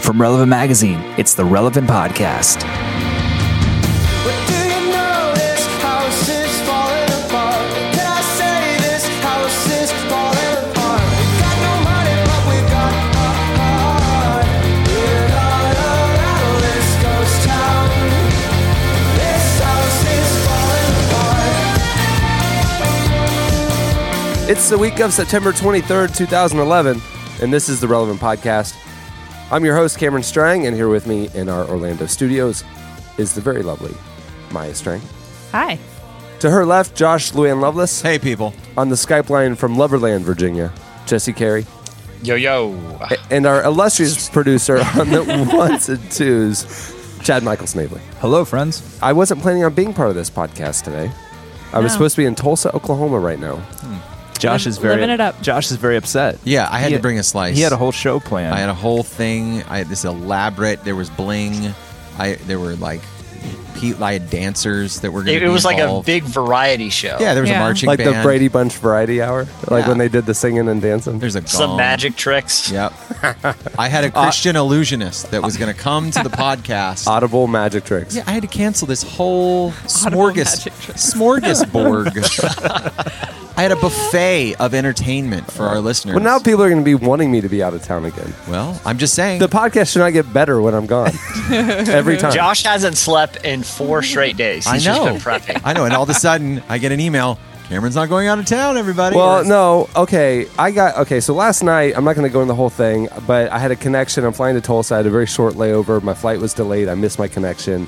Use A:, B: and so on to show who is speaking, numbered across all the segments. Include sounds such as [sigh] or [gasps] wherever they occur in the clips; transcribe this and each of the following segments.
A: From Relevant Magazine, it's the Relevant Podcast.
B: But do you know this house is falling apart? Can I say this house is falling apart? We got no money, but we got a heart. We're not around this ghost town. This house is falling apart.
C: It's the week of September 23rd, 2011, and this is the Relevant Podcast. I'm your host, Cameron Strang, and here with me in our Orlando studios is the very lovely Maya Strang. [laughs]
D: Hi.
C: To her left, Josh Luann Lovelace.
E: Hey, people.
C: On the Skype line from Loverland, Virginia, Jesse Carey.
F: Yo yo.
C: A- And our illustrious producer
F: [laughs]
C: on the ones and twos, Chad Michael Snavely.
E: Hello, friends.
C: I wasn't planning on being part of this podcast today. I was
D: No.
C: supposed to be in Tulsa, Oklahoma right now.
E: Hmm.
G: Josh is
D: Liv-
G: very
D: living it up.
G: Josh is very upset.
E: Yeah, I had
G: He-
E: to bring a slice.
G: He had a whole show planned.
E: I had a whole thing. I had this elaborate. There was bling. I there were like, pe- I had dancers that were. Gonna
F: It,
E: be
F: it was like a
E: involved.
F: big variety show.
E: Yeah, there was
D: Yeah.
E: a marching
C: like
E: band.
C: the Brady Bunch variety hour, like
E: Yeah.
C: when they did the singing and dancing.
E: There's a
F: Some
E: gong.
F: magic tricks. [laughs]
E: Yep. I had
G: Uh,
E: a Christian illusionist that was going to come
G: [laughs]
E: to the podcast.
C: audible magic tricks.
E: yeah, I had to cancel this whole smorgas-
D: magic trick.
G: [laughs]
E: smorgasbord. I had a buffet of entertainment for our listeners.
C: Well, now people are going to be wanting me to be out of town again.
E: Well, I'm just saying.
C: The podcast should not get better when
E: [laughs]
C: I'm gone.
F: [laughs]
C: Every time.
F: Josh hasn't slept in four straight days.
E: I
F: He's
E: know.
F: Just been prepping.
E: I know. And all of a sudden, I get an email. Cameron's not going out of town, everybody.
C: Well,
E: Or-
C: no. Okay, I got okay. So last night, I'm not going to go in the whole thing, but I had a connection. I'm flying to Tulsa. I had a very short layover. My flight was delayed. I missed my connection,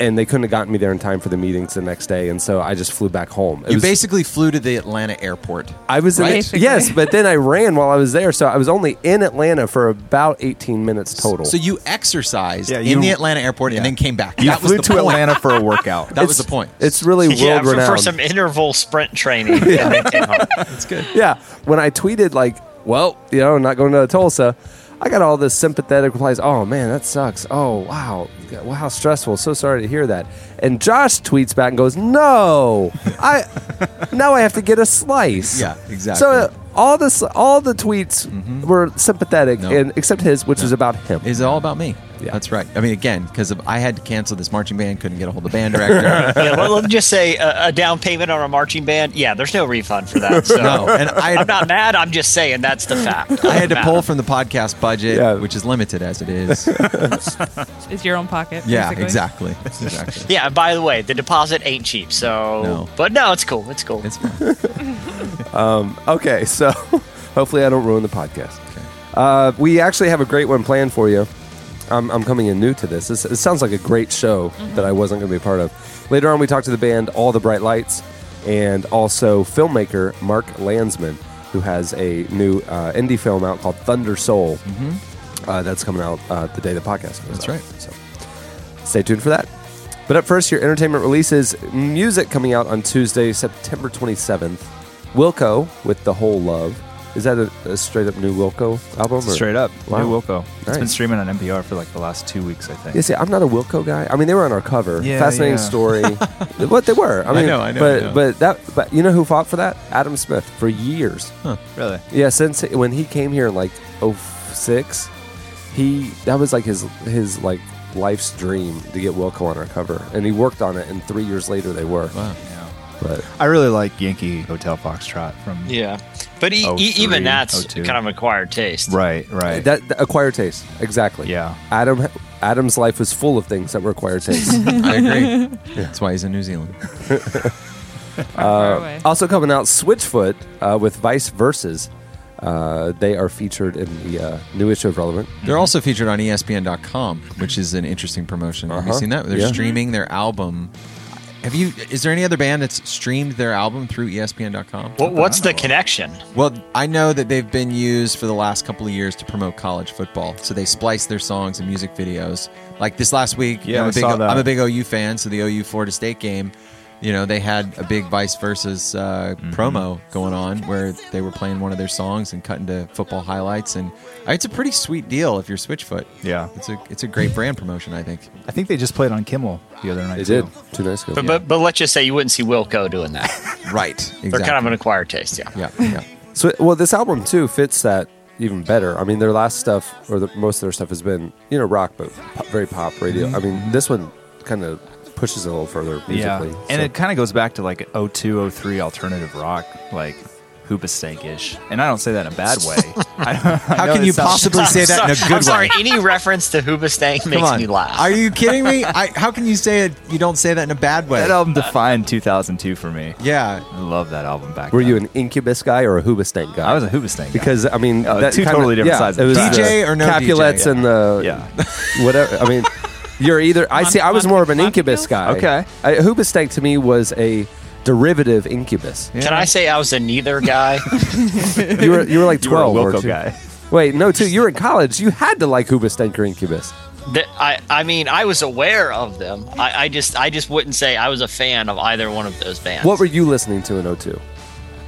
C: and they couldn't have gotten me there in time for the meetings the next day. And so I just flew back home. It
E: You
C: was-
E: basically flew to the Atlanta airport.
C: I was in
D: Basically.
C: yes, but
G: [laughs]
C: then I ran while I was there, so I was only in Atlanta for about 18 minutes
E: [laughs]
C: total.
E: So you exercised
G: Yeah, you-
E: in the Atlanta airport and then came back.
G: you
E: that
G: flew
E: was
G: to
E: the point.
G: Atlanta
E: [laughs]
G: for a workout.
E: That was the point.
C: It's really world
F: yeah, for,
C: renowned.
F: for some interval sprint
E: [laughs]
F: training. And then came home.
C: [laughs] yeah, when I tweeted like, "Well, you know, not going to Tulsa," I got all this sympathetic replies. Oh man, that sucks. Oh wow, wow, how stressful. So sorry to hear that. And Josh tweets back and goes, "No, I now I have to get a slice."
E: Yeah, exactly. Mm-hmm.
C: So uh, all this, all the tweets were sympathetic,
E: No.
C: and except his, which was about him.
E: Is it all about me?
C: Yeah.
E: That's right. I mean, again, because I had to cancel this marching band, couldn't get a hold of the band director.
F: [laughs] yeah, well, let me just say uh, a, a down payment on a marching band. Yeah, there's no refund for that. So
E: [laughs] no, and I,
F: I'm not mad. I'm just saying that's the fact.
E: I had to pull from the podcast budget,
C: Yeah.
E: which is limited as it is.
D: It's your own pocket.
E: yeah,
D: basically.
E: exactly. Exactly.
F: [laughs] Yeah. and By the way, the deposit ain't cheap. So,
E: No.
F: but no, it's cool. It's cool.
E: It's fine.
C: Um, Okay, so [laughs] hopefully I don't ruin the podcast. Uh, we actually have a great one planned for you. I'm, I'm coming in new to this. this. It sounds like a great show that I wasn't going to be a part of. Later on, we talked to the band All the Bright Lights and also filmmaker Mark Landsman, who has a new uh, indie film out called Thunder Soul. Uh, that's coming out uh, the day the podcast goes
E: That's
C: out.
E: right.
C: So stay tuned for that. But up first, your entertainment releases music coming out on Tuesday, September 27th. Wilco with The Whole Love. Is that a, a straight up new Wilco album? or-
G: Straight up.
C: Wow.
G: New Wilco. It's been
C: Nice.
G: streaming on NPR for like the last two weeks, I think.
C: Yeah, see, I'm not a Wilco guy. I mean, they were on our cover.
G: Yeah,
C: Fascinating
G: yeah. [laughs]
C: story. what they were. I [laughs] mean,
E: know, I know,
C: But
E: I know.
C: but that but you know who fought for that? Adam Smith for years.
G: Really?
C: Yeah, since when he came here in like '06, he that was like his his like life's dream to get Wilco on our cover, and he worked on it. And three years later, they were.
E: Wow.
G: Yeah.
C: But
G: I really like Yankee Hotel Foxtrot from.
F: [laughs] Yeah, but e-
G: Oh,
F: e- even
G: three,
F: that's
G: oh, two.
F: kind of an acquired taste.
G: Right, right.
C: that, that acquired taste exactly.
G: Yeah.
C: Adam Adam's life was full of things that were acquired taste.
E: [laughs] I
G: [laughs]
E: agree. That's why he's in New [laughs] Zealand.
D: Far away.
C: Uh, also coming out, Switchfoot uh, with Vice Versus. Uh, they are featured in the uh, new issue of Relevant.
E: They're also featured on E ESPN.com, which is an interesting promotion. Have you
C: Uh-huh.
E: seen that? They're
C: Yeah.
E: streaming their album. Have you? Is there any other band that's streamed their album through E ESPN.com?
F: What, what's
C: Oh.
F: the connection?
E: Well, I know that they've been used for the last couple of years to promote college football. So they splice their songs and music videos. Like this last week,
G: Yeah,
E: I'm,
G: I
E: a big,
G: saw that.
E: I'm a big OU fan, so the OU Florida State game, you know, they had a big vice versus uh,
G: Mm-hmm.
E: promo going on where they were playing one of their songs and cutting to football highlights. And uh, it's a pretty sweet deal if you're Switchfoot.
G: Yeah.
E: It's a it's a great brand promotion, I think.
G: I think they just played on Kimmel the other night.
C: They
G: too.
C: did two nights ago.
F: But, but but let's just say you wouldn't see Wilco doing that. [laughs]
E: [laughs] Right. Exactly.
C: [laughs]
F: They're kind of an acquired taste. Yeah.
E: yeah, yeah.
C: So, well, this album too fits that even better. I mean, their last stuff or the, most of their stuff has been you know rock, but pop, very pop radio.
E: Mm-hmm.
C: I mean, this one kind of pushes it a little further musically.
G: And
C: so-
G: it kind of goes back to like 02, 03 alternative rock, like hoobastank ish. And I don't say that in a bad way. I,
E: How can you
G: [laughs]
E: possibly say that in a
F: [laughs]
E: good
F: I'm sorry.
E: way?
F: Any reference to Hoobastank
E: [laughs] Come
F: makes
E: on.
F: me laugh.
E: Are you kidding
F: [laughs]
E: me? I, how can you say it? You don't say that in a bad way.
G: That album defined 2002 for me.
E: Yeah.
G: I love that album back
C: Were
G: then.
C: you an Incubus guy or a Hoobastank guy?
G: I was a hoobastank. guy.
C: because I mean
G: Oh,
C: that
G: two
C: kinda-
G: totally different
C: yeah,
G: sides
C: It
G: of
C: was
G: the-
E: DJ
C: the
E: or no DJ?
C: Capulets
E: Yeah.
C: and the [laughs]
G: Yeah.
C: whatever. I mean, you're either. I
D: Mon-
C: see. I was more of an
D: Monte
C: Incubus guy.
D: Monte
G: Python?
C: I, Hoobastank to me was a derivative Incubus.
F: Can I say I was a neither
E: [laughs]
F: guy?
C: You were you were like
G: [laughs] you were a
C: twelve.
G: Wilco
C: weren't you?
G: guy.
C: Wait, no, too. You were in college. You had to like Hoobastank or Incubus.
F: That- I, I mean, I was aware of them. I, I just, I just wouldn't say I was a fan of either one of those bands.
C: What were you listening to in 02?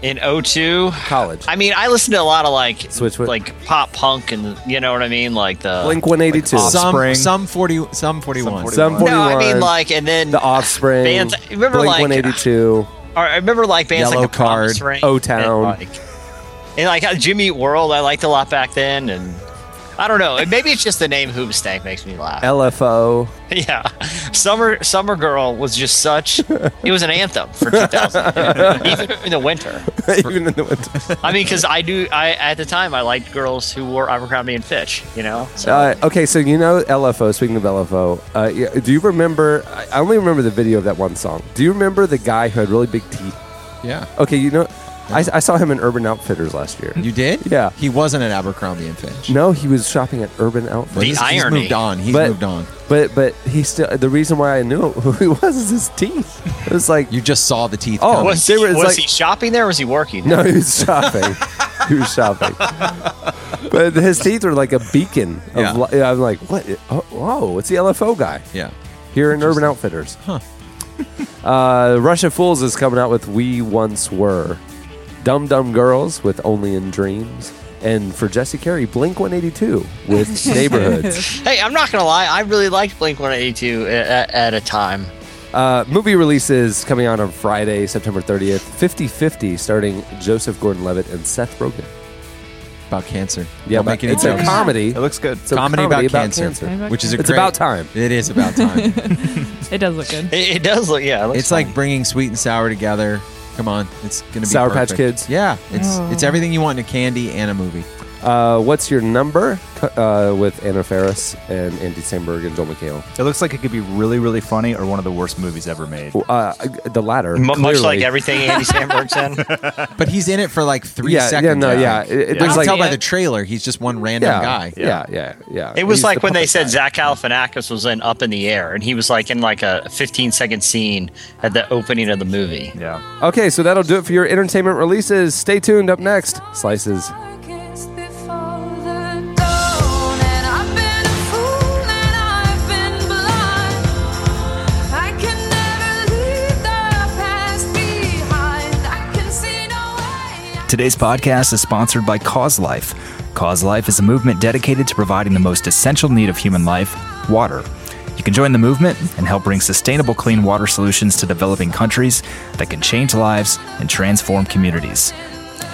F: in 02?
C: College.
F: I mean, I listened to a lot of like,
C: Switchfoot.
F: like pop punk, and you know what I mean, like the
C: Blink 182.
G: Uh, like
C: some,
G: Off-
E: Some,
G: Offspring.
E: some 40, some 41.
C: some 41.
F: No, I mean like, and then
C: The Offspring.
F: Bands- remember,
C: Blink
F: like,
C: 182.
F: Or I remember like bands
E: Yellow
F: like the Promise
E: Card,
F: Ring,
C: O-Town.
F: and like, and like uh, Jimmy Eat World. I liked a lot back then, and I don't know. Maybe it's just the name Hoobastank makes me laugh. [laughs]
C: LFO.
F: yeah, Summer Summer Girl was just such. It was an anthem for 2000, [laughs] even in the winter.
C: [laughs] Even in the winter.
F: I mean, because I do. I at the time I liked girls who wore Abercrombie and Fitch. You know, so
C: Uh, okay, so you know LFO. Speaking of LFO, uh, yeah, do you remember? I I only remember the video of that one song. Do you remember the guy who had really big teeth?
E: Yeah.
C: Okay, you know, I, I saw him in Urban Outfitters last year.
E: You did?
C: Yeah.
E: He wasn't at Abercrombie and Fitch.
C: No, he was shopping at Urban Outfitters.
F: The
E: he's,
F: irony.
E: He's moved on. He's
C: But-
E: moved on.
C: But but he still the reason why I knew [laughs] who he was is his teeth. It was like
E: You just saw the teeth.
C: Oh,
E: coming.
F: was,
C: they
F: he,
C: were- it's
F: was
C: like-
F: he shopping there? or Was he working?
C: no, he was [laughs] shopping. he was shopping. But his teeth were like a beacon of
E: Yeah.
C: li- yeah, I'm like, what? Oh, whoa, it's the LFO guy
E: Yeah.
C: here in Urban Outfitters. Huh. uh, Russia Fools is coming out with We Once Were, Dumb Dumb Girls with Only in Dreams, and for Jesse Carey, Blink 182
F: [laughs]
C: with Neighborhoods.
F: Hey, I'm not gonna lie. I really liked Blink 182 at, at a time.
C: Uh, movie releases coming out on Friday, September 30th. 50 50 starting Joseph Gordon Levitt and Seth Rogen.
E: About cancer.
C: Yeah,
E: Don't
C: but
E: make any
C: it's a
E: jokes.
C: comedy.
G: It looks good.
C: It's a
E: comedy, about, cancer, which is a
C: It's
E: great-
C: about time.
E: It is about
C: [laughs]
E: time.
D: It does look good.
F: It, it does look, yeah. It looks
E: it's like bringing sweet and sour together. Come on, it's gonna be
C: Sour Patch
E: perfect.
C: Kids.
E: Yeah, it's
D: Oh.
E: it's everything you want in a candy and a movie.
C: Uh, What's Your Number uh, with Anna Faris and Andy Samberg and Joel McHale.
G: It looks like it could be really, really funny or one of the worst movies ever made.
C: Uh, the latter.
F: M- much
C: clearly.
F: like everything
C: [laughs]
F: Andy Samberg's in.
E: But he's in it for like three
C: Yeah, yeah,
E: seconds.
C: no,
E: I
C: yeah.
E: think.
C: It- it-
E: I
C: there's
E: can
C: like-
E: tell by the trailer, he's just one random
C: yeah,
E: guy.
C: Yeah, yeah,
E: Uh,
C: yeah.
F: It was
C: He's
F: like
C: the
F: when they
C: puppet
F: said
C: guy.
F: Zach Galifianakis was in Up in the Air, and he was like in like a 15 second scene at the opening of the movie.
G: Yeah.
C: Okay, so that'll do it for your entertainment releases. Stay tuned. Up next, Slices.
A: Today's podcast is sponsored by Cause Life. Cause Life is a movement dedicated to providing the most essential need of human life water. You can join the movement and help bring sustainable clean water solutions to developing countries that can change lives and transform communities.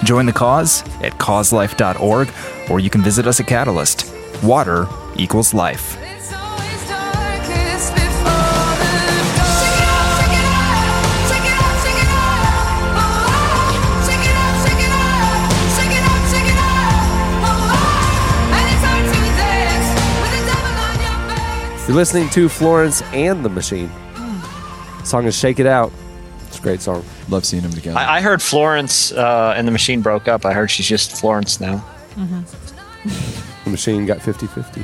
A: Join the cause at causelife.org or you can visit us at Catalyst. Water equals life.
C: You're listening to Florence and the Machine. Song is Shake It Out. It's a great song.
E: Love seeing him together.
F: I, I heard Florence uh, and the Machine broke up. I heard she's just Florence now.
C: The Machine got
E: [laughs]
C: 50 50.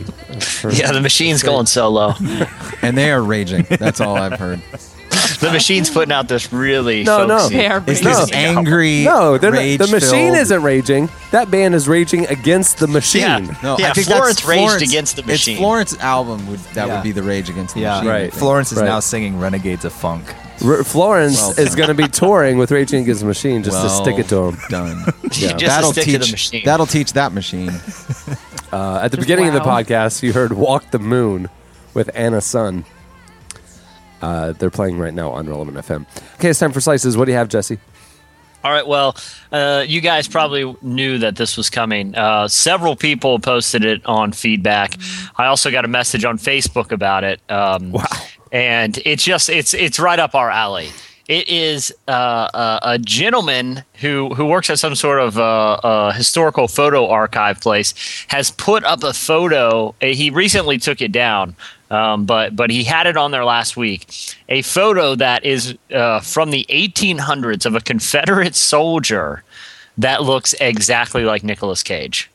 F: Yeah, the Machine's going solo.
E: and they are raging. That's all I've heard.
F: the Machine's putting out this really
C: No, no.
F: folksy-
D: They are
E: It's
D: raging.
E: this angry.
C: No, they're not, the
E: rage-filled-
C: machine isn't raging. That band is raging against the machine.
F: Yeah.
E: No,
F: Yeah,
E: I think
F: Florence
E: that's
F: raged
E: Florence-
F: against the machine.
E: It's Florence's album would that
G: Yeah.
E: would be the rage against the
G: Yeah.
E: machine. I
C: Right.
E: think.
G: Florence is
C: Right.
G: now singing Renegades of Funk.
C: R- Florence
E: Well
C: is going to be touring with Raging Against the Machine just
E: Well
C: to stick it to them.
E: Done.
F: [laughs] Just to
E: that'll
F: stick
E: teach
F: to the machine.
E: that'll teach that machine.
C: [laughs] Uh, at the beginning of the
D: wow.
C: podcast, you heard Walk the Moon with Anna Sun. Uh, they're playing right now on Relevant FM. Okay, it's time for slices. What do you have, Jesse?
F: All right. Well, uh, you guys probably knew that this was coming. Uh, several people posted it on feedback. I also got a message on Facebook about it. Um, wow. And it's just it's it's right up our alley. It is uh, a, a gentleman who who works at some sort of uh, uh, historical photo archive place has put up a photo. eh, He recently took it down, um, but but he had it on there last week. A photo that is uh, from the 1800s of a Confederate soldier that looks exactly like Nicolas Cage.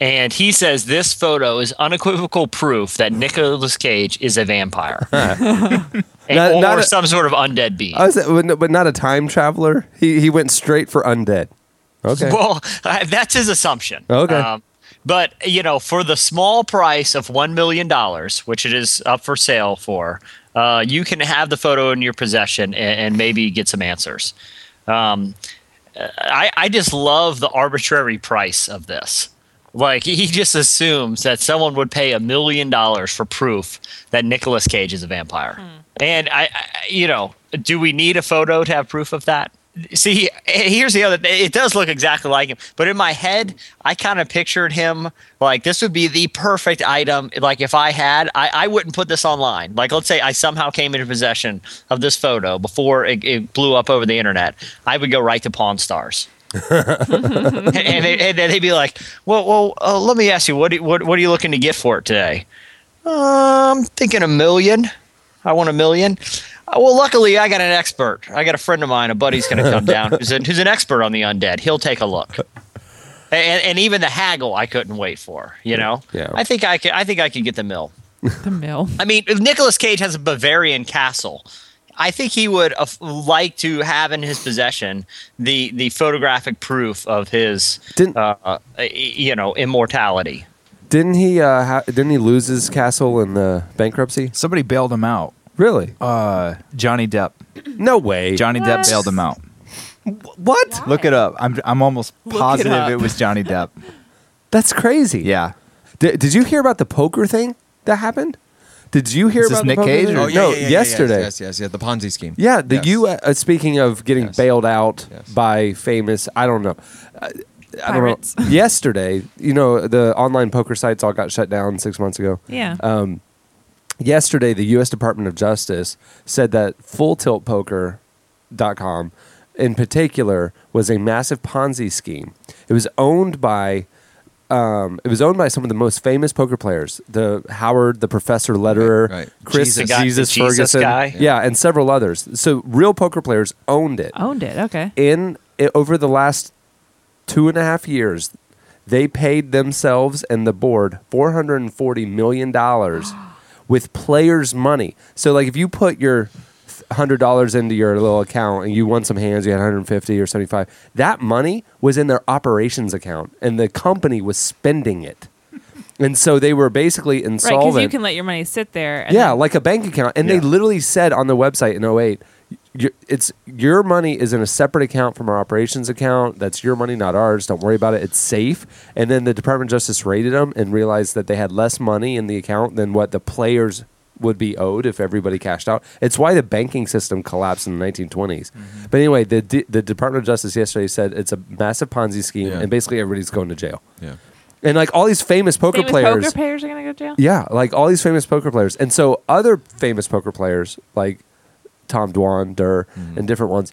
F: And he says this photo is unequivocal proof that Nicolas Cage is a
C: [laughs]
F: vampire [laughs] And-
C: Not-
F: or
C: not a-
F: some sort of undead being.
C: I was, Oh, but no- but not a time traveler. He he went straight for undead. Okay.
F: [laughs] Well, uh, that's his assumption. Um,
C: Okay.
F: but you know, for the small price of one million dollars, which it is up for sale for, uh, you can have the photo in your possession and, and maybe get some answers. Um, I, I just love the arbitrary price of this. Like he just assumes that someone would pay a million dollars for proof that Nicolas Cage is a vampire. And I, I, you know, do we need a photo to have proof of that? See, here's the other. It does look exactly like him, but in my head, I kind of pictured him like this would be the perfect item. Like if I had, I, I wouldn't put this online. Like let's say I somehow came into possession of this photo before it, it blew up over the internet, I would go right to Pawn Stars and, they, and then they'd be like, "Well, well, uh, let me ask you, what, do, what what are you looking to get for it today?" Um, thinking a million. I want a million. Uh, well, luckily, I got an expert. I got a friend of mine, a buddy's going
C: [laughs]
F: to come down who's an, who's an expert on the undead. He'll take a look. And, and even the haggle, I couldn't wait for. You know,
C: Yeah. Oh.
F: I think I could. I think I could get the mill.
D: The mill.
F: I mean, if Nicolas Cage has a Bavarian castle, I think he would uh, like to have in his possession the the photographic proof of his,
C: Didn't-
F: uh, uh, y- you know,
C: [laughs]
F: immortality. [laughs]
C: Didn't he? Uh, ha- didn't he lose his castle in the bankruptcy?
A: Somebody bailed him out.
C: Really?
A: Uh, Johnny Depp.
C: no way.
A: Johnny
D: What?
A: Depp bailed him out.
C: what?
A: Look it up. I'm I'm almost
D: it
A: positive
D: up.
A: it, was Johnny Depp.
C: That's crazy.
A: Yeah.
C: Did, did you hear about the poker thing that happened? Did you hear
A: Is this
C: about
A: Nick
C: the poker
A: Cage
C: thing?
A: or-
E: Oh, yeah,
C: no,
E: yeah, yeah, yeah,
C: yesterday.
E: Yes, yes, yes, yeah. The Ponzi scheme.
C: Yeah, the
E: Yes.
C: U. Uh, speaking of getting
E: Yes.
C: bailed out
E: Yes.
C: by famous, I don't know. I- I don't
D: Pirates.
C: know. [laughs] Yesterday, you know, the online poker sites all got shut down six months ago. Um,
D: Yeah.
C: Yesterday, the U.S. Department of Justice said that FullTiltPoker.com, in particular, was a massive Ponzi scheme. It was owned by um, it was owned by some of the most famous poker players: the Howard, the Professor Lederer,
E: Right, right.
C: Chris
F: The
C: Jesus,
F: guy- the Jesus
C: Ferguson,
F: guy.
C: yeah, and several others. So real poker players owned it.
D: Owned it. Okay.
C: In i over the last two and a half years, they paid themselves and the board four hundred and forty million
D: [gasps]
C: dollars with players' money. So like if you put your hundred dollars into your little account and you won some hands, you had 150 or 75. That money was in their operations account and the company was spending it. And so they were basically
D: Right,
C: insolvent.
D: because you can let your money sit there. And
C: Yeah,
D: then-
C: like a bank account. And they literally said on the website in 08, your, it's your money is in a separate account from our operations account. That's your money, not ours. Don't worry about it. It's safe. And then the Department of Justice raided them and realized that they had less money in the account than what the players would be owed if everybody cashed out. It's why the banking system collapsed in the 1920s.
E: Mm-hmm.
C: But anyway, the D- the Department of Justice yesterday said it's a massive Ponzi scheme,
E: Yeah.
C: and basically everybody's going to jail.
E: Yeah.
C: And like all these famous poker
D: Famous
C: players,
D: poker players are gonna go to jail.
C: yeah, like all these famous poker players. And so other famous poker players like Tom Dwan, Durr,
E: Mm-hmm.
C: and different ones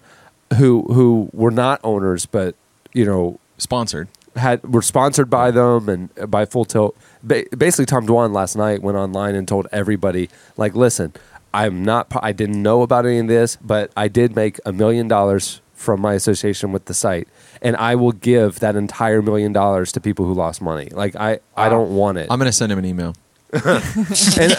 C: who who were not owners but, you know,
E: Sponsored.
C: had were sponsored by them and by Full Tilt. Ba- basically, Tom Dwan last night went online and told everybody, like, listen, I'm not. pa- I didn't know about any of this, but I did make a million dollars from my association with the site, and I will give that entire million dollars to people who lost money. Like, I I don't want it.
E: I'm going to send him an email.
C: uh, And-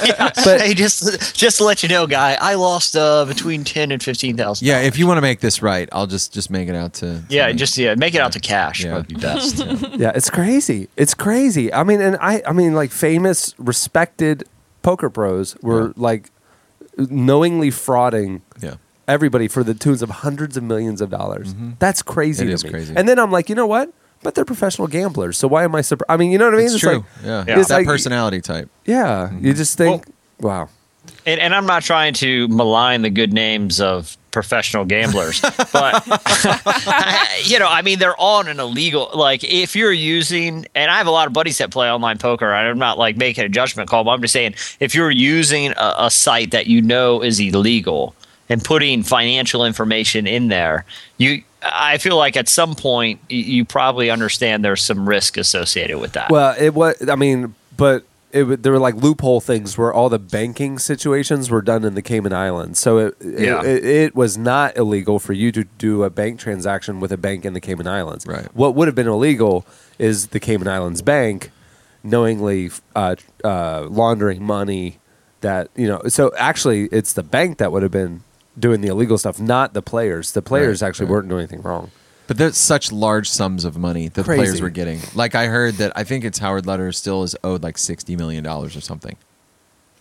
F: But hey, [laughs] just just to let you know, guy, I lost uh, between ten and fifteen thousand.
E: Yeah, if you want to make this right, I'll just just make it out to.
F: Yeah, just yeah, make it out to cash
E: Yeah.
F: would be best.
C: Yeah, it's crazy. It's crazy. I mean, and I, I mean, like famous, respected poker pros were
E: Yeah.
C: like knowingly frauding
E: Yeah. Mm-hmm.
C: everybody for the tunes of hundreds of millions of dollars. That's crazy.
E: It
C: to
E: is
C: me.
E: crazy.
C: And then I'm like, you know what? But they're professional gamblers, so why am I surprised? I mean, you know what I mean?
E: It's, true.
C: like,
E: yeah.
F: Yeah.
E: It's that Mm-hmm.
C: like-
E: personality type.
C: yeah. You just think, wow.
F: And, and I'm not trying to malign the good names of professional gamblers, but [laughs] you know, I mean, they're on an illegal. Like, if you're using, and I have a lot of buddies that play online poker. and I'm not like making a judgment call, but I'm just saying, if you're using a, a site that you know is illegal and putting financial information in there, you, I feel like at some point y- you probably understand there's some risk associated with that.
C: Well, it was. I mean, but it wa- there were like loophole things where all the banking situations were done in the Cayman Islands. So it it-
F: Yeah.
C: it, it was not illegal for you to do a bank transaction with a bank in the Cayman Islands.
E: Right.
C: What would have been illegal is the Cayman Islands bank knowingly uh, uh, laundering money that you know. So actually, it's the bank that would have been doing the illegal stuff, not the players. The players
E: Right,
C: actually
E: right.
C: weren't doing anything wrong.
E: But there's such large sums of money that the
C: Crazy.
E: players were getting. Like I heard that I think it's Howard Letter still is owed like sixty million dollars or something.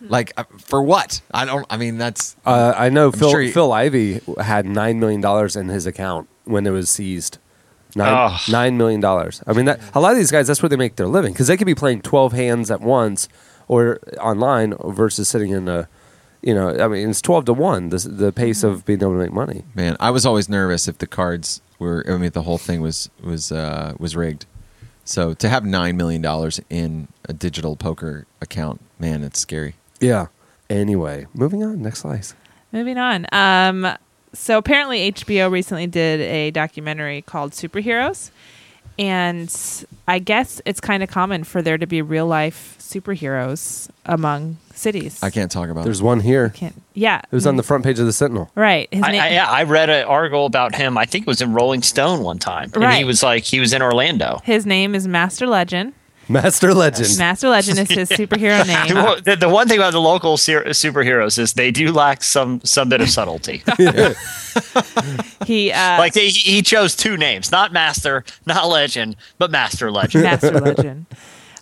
E: Like uh, for what? I don't. I mean, that's
C: Uh, I know Phil
E: sure he-
C: Phil Ivey had nine million dollars in his account when it was seized. Nine,
F: Ugh.
C: nine million dollars. I mean, that, a lot of these guys, that's where they make their living because they could be playing twelve hands at once or online versus sitting in a, you know, I mean, it's twelve to one. The, the pace of being able to make money.
E: man. I was always nervous if the cards were. I mean, if the whole thing was was uh, was rigged. So to have nine million dollars in a digital poker account, man, it's scary.
C: Yeah. Anyway, moving on. Next slice.
D: Moving on. Um, so apparently HBO recently did a documentary called Superheroes, and I guess it's kind of common for there to be real life superheroes among cities.
E: I can't talk about.
C: There's one here. It
D: Can't- yeah.
C: was on the front page of
E: [laughs]
C: the Sentinel.
D: right. His
F: I,
D: name.
F: I, yeah, I read an article about him. I think it was in Rolling Stone one time, and he
D: Right.
F: was like, he was in Orlando.
D: His name is Master Legend.
C: Master Legend.
D: Master Legend is
C: [laughs]
D: his
F: [laughs]
D: superhero name.
F: Well, the, the one thing about the local ser- superheroes is they do lack some some bit of
D: [laughs]
F: subtlety.
D: He uh,
F: like they, he he chose two names, not Master, not Legend, but Master Legend. [laughs]
D: Master Legend.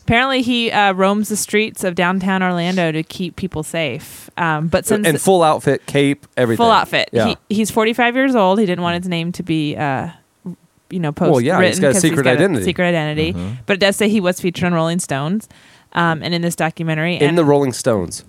D: Apparently, he uh, roams the streets of downtown Orlando to keep people safe. Um, but since
C: And full outfit, cape, everything.
D: full outfit,
C: Yeah.
D: he, he's 45 years old. He didn't want his name to be, uh, you know, post.
C: Well, yeah,
D: written
C: he's got a
D: 'cause
C: secret identity.
D: secret identity. But it does say he was featured on Rolling Stones, um, and in this documentary,
C: in
D: and
C: the Rolling Stones.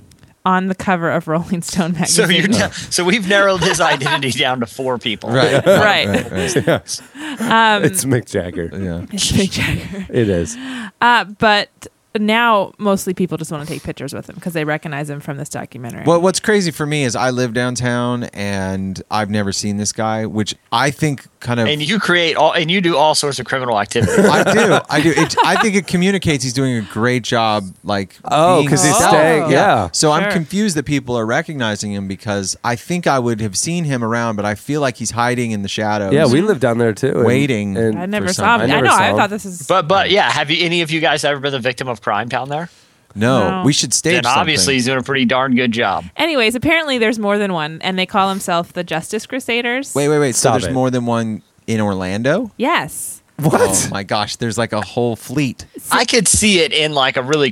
D: on the cover of Rolling Stone
C: [laughs]
F: So
D: magazine.
F: you are so we've narrowed his identity down to four people.
E: Right.
D: [laughs] Right.
E: right.
C: [laughs]
E: right.
D: Um,
C: it's Mick Jagger.
E: Yeah.
D: [laughs] It's Mick Jagger.
C: It is.
D: Uh, but now mostly people just want to take pictures with him because they recognize him from this documentary.
E: Well, what's crazy for me is I live downtown and I've never seen this guy, which I think kind of
F: And you create all, and you do all sorts of criminal activity.
E: I do. I do. It, I think it communicates he's doing a great job. Like,
C: Oh,
E: being
C: 'cause he's
E: himself.
C: staying- yeah.
E: So I'm
D: Sure.
E: confused that people are recognizing him because I think I would have seen him around, but I feel like he's hiding in the shadows.
C: Yeah, we live down there too. and-
E: Waiting.
C: and-
D: I
E: for
D: never saw
E: some-
D: him.
E: I
D: I,
C: never
D: know.
C: saw
D: I
C: him.
D: thought this is.
F: But but yeah, have you any of you guys ever been the victim of crime down there?
E: No,
D: No.
E: we should stage.
F: Then obviously
E: something.
F: he's doing a pretty darn good job.
D: Anyways, apparently there's more than one, and they call themselves the Justice Crusaders.
E: Wait, wait, wait. So
C: Stop
E: there's
C: it.
E: more than one in Orlando.
D: Yes.
E: What? Oh my gosh! There's like a whole fleet.
F: I could see it in like a really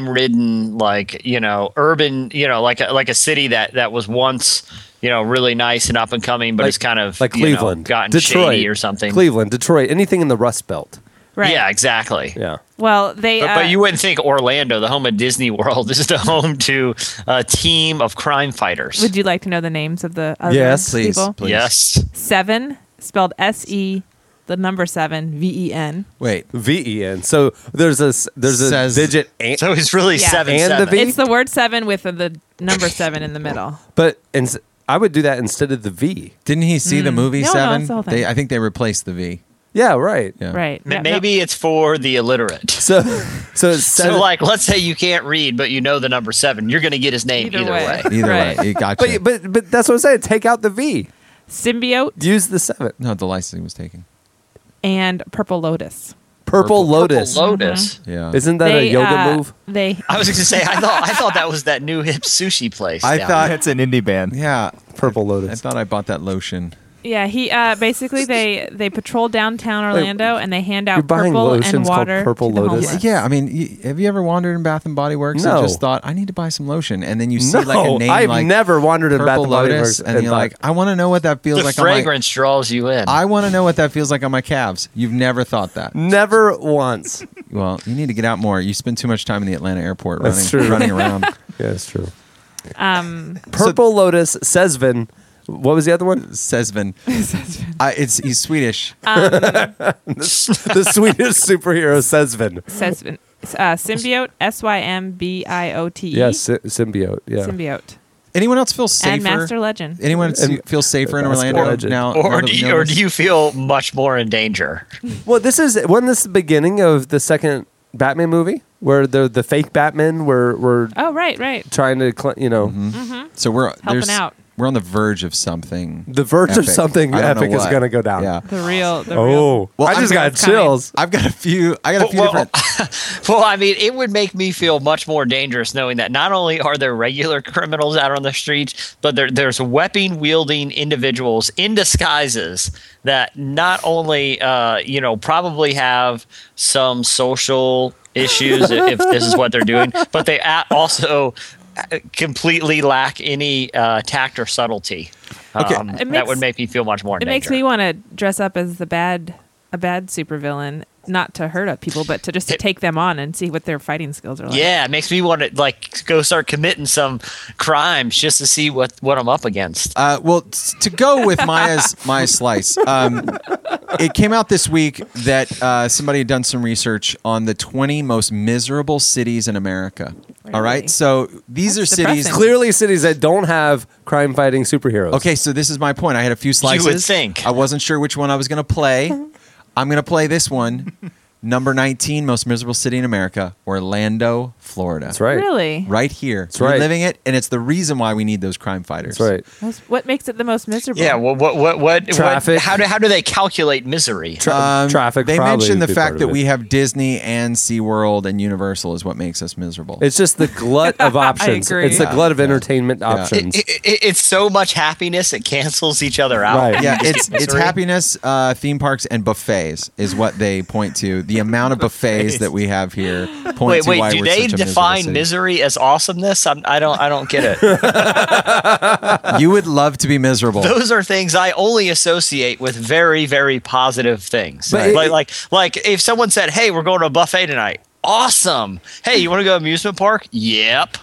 F: crime-ridden, like you know, urban, you know, like a, like a city that that was once, you know, really nice and up and coming, but
C: Like-
F: it's kind of
C: like
F: you know,
C: Cleveland,
F: gotten
C: Detroit,
F: shady or something.
C: Cleveland, Detroit, anything in the Rust Belt.
D: Right.
F: Yeah, exactly.
C: Yeah.
D: Well, they.
F: But,
D: uh,
F: but you wouldn't think Orlando, the home of Disney World, [laughs] is the home to a team of crime fighters.
D: would you like to know the names of the other
C: Yes,
E: Please,
D: people?
E: please.
F: Yes.
D: Seven, spelled S E, the number seven, V E N.
E: Wait.
C: V E N. So there's a s- there's a
E: Says-
C: digit, and,
F: So it's really
D: Yeah.
F: seven.
C: And the
F: seven.
C: V?
D: It's the word seven with the, the number seven in the middle.
C: but ins- I would do that instead of the V.
E: Didn't he see the movie
D: Mm. No, no,
E: Seven?
D: it's the whole thing.
E: they, I think they replaced the V.
C: Yeah, right.
E: Yeah.
D: Right.
F: M-
D: Yeah, no.
F: Maybe it's for the illiterate.
C: So so it's
F: [laughs] So
C: seven,
F: like, let's say you can't read, but you know the number seven. You're going to get his name either,
D: Either way.
F: way.
E: Either
D: Right.
E: way, it got
C: but but but that's what I'm saying. Take out the V.
D: Symbiote
C: Use the seven.
E: no, the licensing was taken.
D: and Purple Lotus. Mm-hmm.
C: Purple, Lotus.
F: Purple Lotus.
E: Yeah.
C: Isn't that
D: They,
C: a yoga
D: uh,
C: move?
D: They.
F: I was going to say I
D: [laughs]
F: thought I thought that was that new hip sushi place.
E: I
F: down
E: thought-
G: That's an indie band.
E: Yeah,
C: Purple
E: I
C: Lotus.
E: thought I bought that lotion.
D: Yeah, he uh, basically they they patrol downtown Orlando and they hand out
C: you're buying
D: purple and
C: lotions called
D: water.
C: Purple
D: to the
C: Lotus?
D: homeless.
E: Yeah, I mean, y- have you ever wandered in Bath and Body Works
C: No.
E: and just thought, I need to buy some lotion, and then you see
C: No,
E: like a name
C: I've
E: like
C: never wandered in
E: Purple
C: Bath and Body
E: Lotus,
C: Works
E: and,
C: and
E: you're
C: thought-
E: like, I want to know what that feels
F: The
E: like. on my-
F: fragrance draws you in.
E: I want to know what that feels like on my calves. You've never thought that.
C: Never once.
E: Well, you need to get out more. You spend too much time in the Atlanta airport running,
C: [laughs] That's true.
E: running around.
C: [laughs] yeah, it's true.
D: Um,
C: Purple Lotus, Sesvin, What was the other one?
D: [laughs]
E: Sesven. I, it's he's Swedish.
D: Um,
E: [laughs]
C: the Swedish superhero Sesvin.
D: Says uh, symbiote. S y m b i o t e.
C: Yeah, sy- symbiote. Yeah.
D: Symbiote.
E: Anyone else feel safer?
D: And Master Legend.
E: Anyone else
C: And-
E: feel safer in
C: Master
E: Orlando
C: Legend.
E: now? now
F: Or
E: that
F: do,
E: we
F: you,
E: know
F: or
E: this?
F: do you feel much more in danger?
C: Well, this is when this is the beginning of the second Batman movie where the the fake Batman were were
D: Oh right, right.
C: trying to cl- you know
F: Mm-hmm.
E: So we're there's-
D: out.
E: We're on the verge of something.
C: the verge of
E: epic.
C: something
E: I don't know
C: epic is
E: what.
C: going to go down.
E: Yeah.
D: The real. The
C: Oh,
D: real.
E: Well,
C: I
E: I'm
C: just
E: sure
C: got
D: it's coming.
C: chills.
E: I've got a few. I got a few
F: Well, [laughs]
E: different.
F: Well, I mean, it would make me feel much more dangerous knowing that not only are there regular criminals out on the streets, but there, there's weapon wielding individuals in disguises that not only, uh, you know, probably have some social issues if, if this is what they're doing, but they a- also uh, completely lack any uh, tact or subtlety.
E: Okay.
F: Um,
D: It
F: that
D: makes-
F: would make me feel much more. in
D: It makes
F: danger.
D: me want to dress up as the bad, a bad supervillain, not to hurt up people, but to just to take them on and see what their fighting skills are like.
F: Yeah, it makes me want to like go start committing some crimes just to see what what I'm up against.
E: Uh, well, t- to go with
D: [laughs]
E: Maya's Maya slice, um, it came out this week that uh, somebody had done some research on the 20 most miserable cities in America. All
D: Really?
E: right, so these
D: That's
E: are cities.
D: depressing.
C: Clearly, cities that don't have crime fighting superheroes.
E: Okay, so this is my point. I had a few slices.
F: think.
E: I wasn't sure which one I was going
D: [laughs]
E: to play. I'm going to play this one. Number 19, most miserable city in America, Orlando, Florida.
C: that's right.
D: Really.
E: Right here. That's We're
C: right.
E: living it, and it's the reason why we need those crime fighters.
C: That's right.
D: Most- What makes it the most miserable?
F: Yeah, well, what what what
C: Traffic.
F: What, how do how do they calculate misery?
E: Um,
C: Traffic
E: They
C: probably
E: mentioned
C: would
E: the
C: be part
E: fact
C: of
E: that
C: it.
E: we have Disney and SeaWorld and Universal is what makes us miserable.
C: It's just the
F: [laughs]
C: glut of options.
D: agree.
C: It's the
E: Yeah.
C: glut of entertainment options.
F: It, it, it- it's so much happiness it cancels each other out. [laughs]
C: Right.
E: yeah, it's it's
F: Misery.
E: happiness, uh, theme parks, and buffets is what they point to. The amount of buffets that we
F: [laughs]
E: have here point
F: Wait,
E: to why
F: wait. Do
E: we're
F: they
E: such a miserable
F: define
E: city.
F: misery as awesomeness? I'm, I don't. I don't
E: [laughs]
F: get it. [laughs]
E: You would love to be miserable.
F: Those are things I only associate with very, very positive things.
C: But it-
F: like, like, like if someone said, "Hey, we're going to a buffet tonight." Awesome. Hey, you want to go amusement park?
C: [laughs]
F: Yep.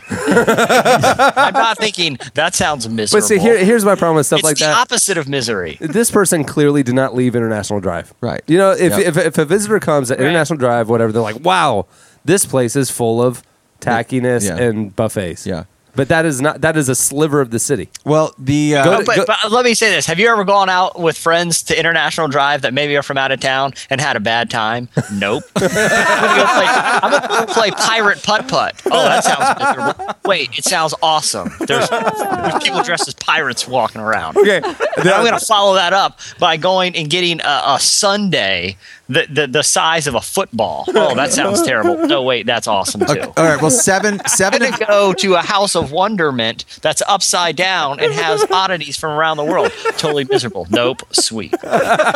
F: I'm not thinking that sounds
C: but
F: miserable.
C: see, here, here's my problem with stuff
F: it's
C: like
F: the
C: that.
F: opposite of misery.
C: this person clearly did not leave International Drive.
E: Right.
C: You know, if,
E: Yep.
C: if, if a visitor comes at International Drive, whatever, they're like, wow, this place is full of tackiness
E: Yeah.
C: and buffets.
E: Yeah.
C: But that is not that is a sliver of the city.
E: Well, the uh,
C: Go
F: But, but let me say this: Have you ever gone out with friends to International Drive that maybe are from out of town and had a bad time? Nope. [laughs] I'm gonna go play, I'm gonna go play pirate putt putt. Oh, that sounds miserable. Wait, it sounds awesome. There's, there's people dressed as pirates walking around.
C: Okay.
F: And I'm gonna follow that up by going and getting a, a Sunday the, the the size of a football. Oh, that sounds terrible. No, wait, that's awesome too.
E: all right. Well,
F: [laughs]
E: seven seven
F: I'm
E: of
F: gonna go to a house of wonderment that's upside down and
E: [laughs]
F: has oddities from around the world. Totally miserable. Nope. Sweet.
E: well,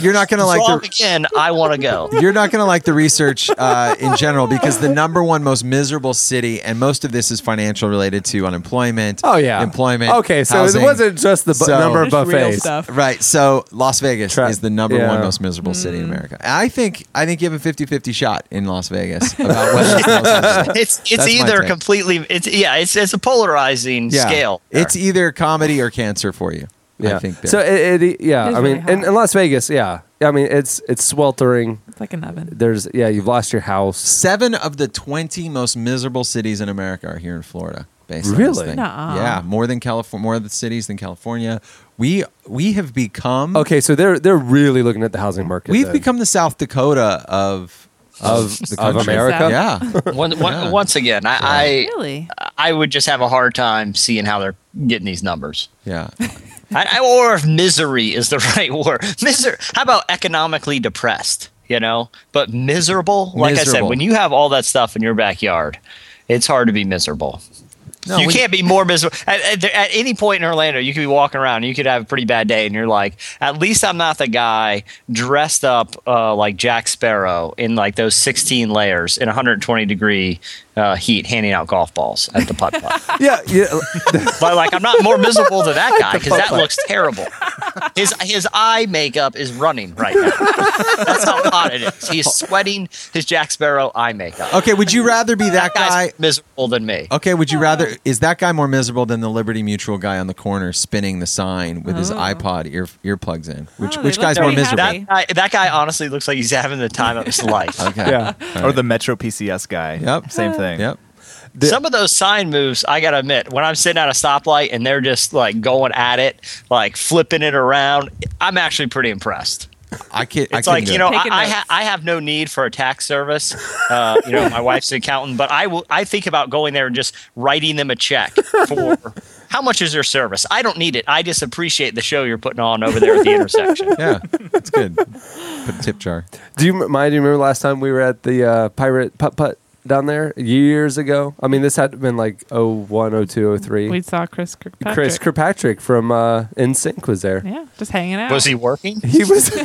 E: you're not gonna like
F: Wrong
E: the
F: again. I want to
E: [laughs]
F: go.
E: you're not gonna like the research uh, in general because the number one most miserable city, and most of this is financial related to unemployment.
C: Oh, yeah.
E: employment.
C: Okay. So
E: housing.
C: it wasn't just the bu-
E: So-
C: number of
D: Just real
C: buffets.
D: stuff.
E: Right, so Las Vegas
C: Tra-
E: is the number
C: yeah.
E: one most miserable city in
D: Mm.
E: America. I think I think you have a 50-50 shot in Las Vegas
C: [laughs]
E: about whether it's the most miserable.
F: It's it's
E: That's my
F: either
E: take.
F: completely. It's yeah. It's it's a polarizing
E: Yeah.
F: scale.
E: It's either comedy or cancer for you.
C: Yeah.
E: I think that.
C: so it, it yeah,
D: It's
C: I mean
D: really
C: in,
D: hot.
C: in Las Vegas, yeah. I mean it's it's sweltering.
D: It's like an oven.
C: There's yeah, you've lost your house.
E: Seven of the 20 most miserable cities in America are here in Florida. Based on this
C: Really?
E: thing.
D: Nuh-uh.
E: Yeah, more than California, more of the cities than California. We we have become
C: Okay, so they're they're really looking at the housing market.
E: We've
C: then.
E: become the South Dakota of
C: of
E: the
C: of
E: country.
C: America.
F: [laughs]
E: yeah.
F: One- one-
E: Yeah.
F: Once again, I,
D: Really?
F: I I would just have a hard time seeing how they're getting these numbers.
E: Yeah.
F: I, I- or if misery is the [laughs] right word. Miser- how about economically depressed? You know, but miserable. Like I said,
E: Miserable.
F: when you have all that stuff in your backyard, it's hard to be miserable.
E: No,
F: you
E: when-
F: can't be more miserable. At, at, at any point in Orlando, you could be walking around, and you could have a pretty bad day, and you're like, at least I'm not the guy dressed up uh, like Jack Sparrow in like those 16 layers in 120 degree uh, heat, handing out golf balls at the putt putt.
C: Yeah, yeah.
A: [laughs]
G: [laughs]
F: but like, I'm not more miserable than that guy because that looks terrible. his his eye makeup is running right now. That's how hot it is. He's sweating his Jack Sparrow eye makeup.
E: Okay, would you rather be
F: That
E: that
F: guy's
E: guy?
F: more miserable than me.
E: Okay, would you rather is that guy more miserable than the Liberty Mutual guy on the corner spinning the sign with his
D: Oh.
E: iPod ear earplugs in? Which
D: Oh,
E: which
D: they look
E: guy's more
D: pretty
E: miserable?
D: happy.
F: That guy, that guy honestly looks like he's having the time of
E: [laughs]
F: his life.
E: Okay.
C: Yeah.
G: or the Metro PCS guy.
E: Yep.
G: Same thing.
E: Yep.
F: Some of those sign moves, I gotta admit, when I'm sitting at a stoplight and they're just like going at it, like flipping it around, I'm actually pretty impressed.
E: I can't. I
F: It's
E: couldn't
F: like
E: do
F: you
E: it.
F: know, I
D: Taking
F: I,
D: notes.
F: ha- I have no need for a tax service. Uh, you know, my wife's an accountant, but I will. I think about going there and just writing them a check for how much is their service. I don't need it. I just appreciate the show you're putting on over
E: [laughs]
F: there at the intersection.
E: Yeah, it's
D: [laughs]
E: good. Put a tip jar.
C: Do you mind? Do you remember last time we were at the uh, pirate putt putt down there years ago? I mean, this had to been like 01, 02, 03.
D: We saw Chris Kirkpatrick.
C: Chris Kirkpatrick from uh, NSYNC was there.
D: Yeah, just hanging out.
F: Was he working?
C: He
G: [laughs]
C: was. it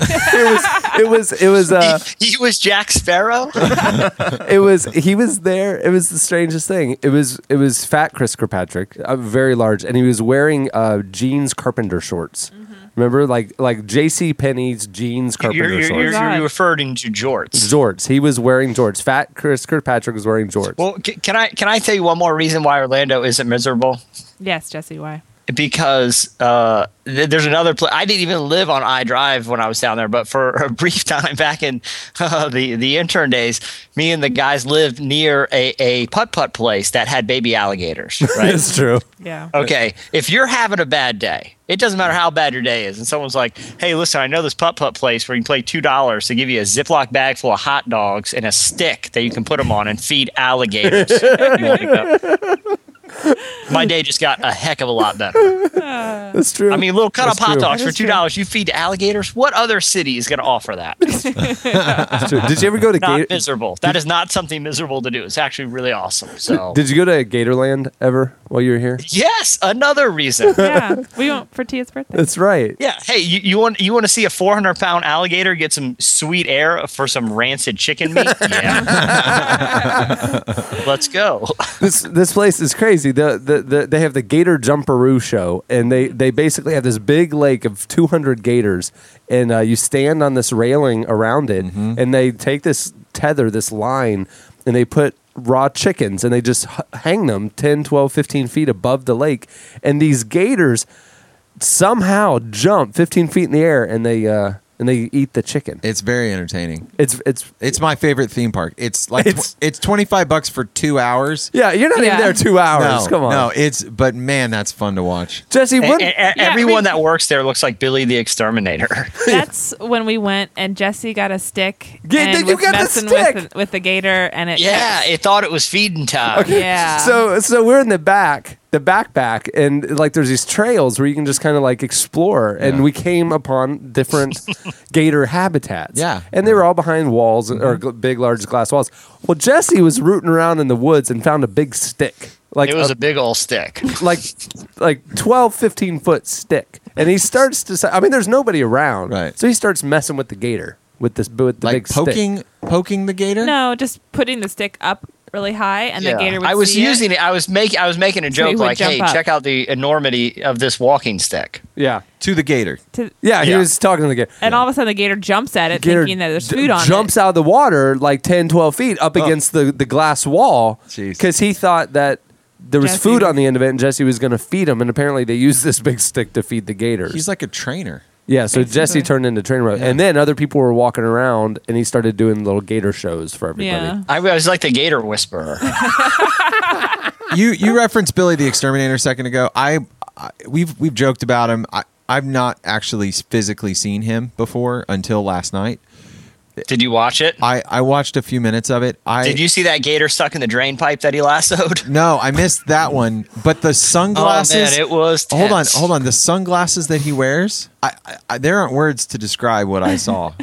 C: was. It was. It was. Uh,
F: He was Jack Sparrow.
C: [laughs]
G: Uh-huh.
C: it was he was there it was the strangest thing it was it was fat chris kirkpatrick uh, very large and he was wearing uh, jeans carpenter shorts
D: Mm-hmm.
C: remember like like jc penney's jeans carpenter
F: you're, you're,
C: shorts
F: you're,
D: Right.
F: you're referring to jorts.
C: jorts he was wearing jorts fat chris kirkpatrick was wearing jorts
F: Well, c- can I can I tell you one more reason why Orlando isn't miserable?
D: yes, Jesse. Why?
F: Because uh, th- there's another place. I didn't even live on I Drive when I was down there, but for a [laughs] brief time back in uh, the the intern days, me and the guys lived near a a putt putt place that had baby alligators. Right?
C: [laughs] it's true
D: Yeah.
F: Okay, if you're having a bad day, it doesn't matter how bad your day is, and someone's like, "Hey, listen, I know this putt putt place where you can play two dollars to give you a Ziploc bag full of hot dogs and a stick that you can put them on and feed
C: [laughs]
F: alligators." You wanna go? My day just got a heck of a lot better.
C: it's true
F: I mean, little cut up
C: That's
F: hot
C: true.
F: dogs for
D: That's
F: two
D: true.
F: dollars. You feed alligators. What other city is going to offer that?
C: It's true. did you ever go to
F: Not
C: Gator-
F: miserable. That is not something miserable to do. It's actually really awesome. So.
C: did you go to gatorland ever while you were here
F: Yes, another
C: [laughs]
F: reason.
D: yeah, we went for Tia's birthday.
C: that's right
F: Yeah. Hey, you, you want you want to see a 400 pound alligator get some sweet air for some rancid chicken
D: [laughs]
F: meat? Yeah. [laughs] Let's go.
C: [laughs] this this place is crazy. The, the, the they have the Gator Jumperoo show, and they they basically have this big lake of 200 gators, and uh, you stand on this railing around it,
E: Mm-hmm.
C: and they take this tether, this line, and they put raw chickens and they just h- hang them 10 12 15 feet above the lake and these gators somehow jump 15 feet in the air and they uh and they eat the chicken
E: It's very entertaining.
C: it's it's
E: It's my favorite theme park. It's like
C: It's-
E: it's, [laughs] it's twenty five bucks for two hours.
C: yeah you're not
D: Yeah.
C: even there two hours
E: No,
C: come on
E: no, it's but man, that's fun to watch.
C: jesse
F: And,
C: what
F: and- and
D: Yeah, I
F: everyone
D: mean-
F: that works there looks like Billy the Exterminator. [laughs]
D: That's when we went, and Jesse got a stick.
C: Yeah,
D: and
C: then you
D: was
C: got the
D: messing
C: stick!
D: With, with the gator, and it.
F: yeah, it thought it was feeding
C: [laughs]
F: time.
D: Yeah.
C: So so we're in the back, the backpack, and like there's these trails where you can just kind of like explore. And
E: Yeah.
C: we came upon
E: [laughs]
C: different gator habitats.
E: Yeah. Mm-hmm.
C: and they were all behind walls or gl- big, large glass walls. Well, Jesse was rooting around in the woods and found a big stick. Like
F: It was a big old stick.
C: [laughs] like like 12 15 foot stick and he starts to say i mean there's nobody around
E: Right.
C: so he starts messing with the gator with this with the
E: Like
C: big stick.
E: poking poking the gator.
D: No, just putting the stick up really high, and the gator would.
F: I was
D: see
F: using it. I was making I was making a
D: So he
F: joke
D: would
F: like,
D: jump
F: "Hey,
D: up.
F: check out the enormity of this walking stick."
C: yeah
E: to the gator.
D: To,
C: yeah he
F: Yeah.
C: was talking to the gator
D: And all of a sudden, the gator jumps at it,
C: Gator
D: thinking that there's
C: d-
D: food on
C: jumps
D: it.
C: out of the water like 10 12 feet up against the, the glass wall
E: Oh. Jeez.
C: because he thought that there was
D: Jesse-
C: food on the end of it and jesse was going to feed him and apparently they used this big stick to feed the gators
E: He's like a trainer.
C: yeah so jesse
D: Basically.
C: turned into train road
E: Yeah.
C: and then other people were walking around and he started doing little gator shows for everybody
D: Yeah.
F: I was like the gator whisperer.
E: you you referenced Billy the Exterminator a second ago. I, I we've we've joked about him. I I've not actually physically seen him before until last night.
F: Did you watch it?
E: I I watched a few minutes of it. I
F: Did you see that gator stuck in the drain pipe that he lassoed?
E: [laughs] No, I missed that one. But the sunglasses.
F: Oh man, it was. Tense.
E: Hold on, hold on. The sunglasses that he wears, I, I, I, there aren't words to describe what
F: [laughs]
E: I saw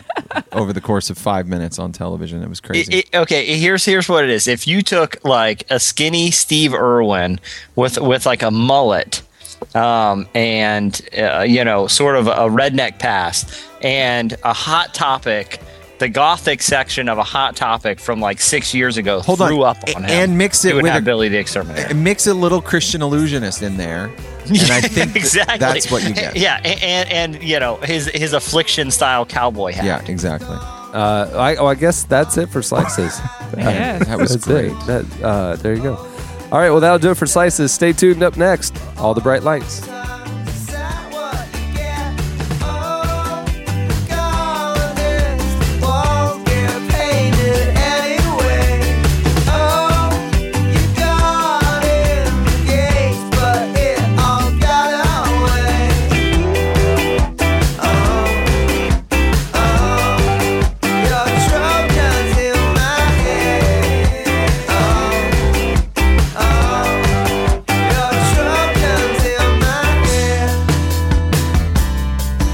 E: over the course of five minutes on television. It was
F: It-
E: crazy.
F: it- okay, here's here's what it is. If you took like a skinny Steve Irwin with with like a mullet, um, and uh, you know, sort of a redneck past, and a hot topic the gothic section of a hot topic from like six years ago
E: Hold on.
F: threw up on him.
E: A- and mix it
F: would
E: with
F: have
E: a-
F: Billy the Exterminator.
E: It mix a little Christian illusionist in there,
F: [laughs]
E: and I think that
F: exactly.
E: that's what you get.
F: Yeah, a- and and you know his his affliction style cowboy hat.
E: Yeah, exactly.
C: Uh, I, oh, I guess that's it
D: [laughs]
C: for slices. [laughs]
D: Yes.
E: That was
C: That's
E: great.
C: it. That, uh, there you go. All right, well, that'll do it for slices. Stay tuned up next. All the bright lights.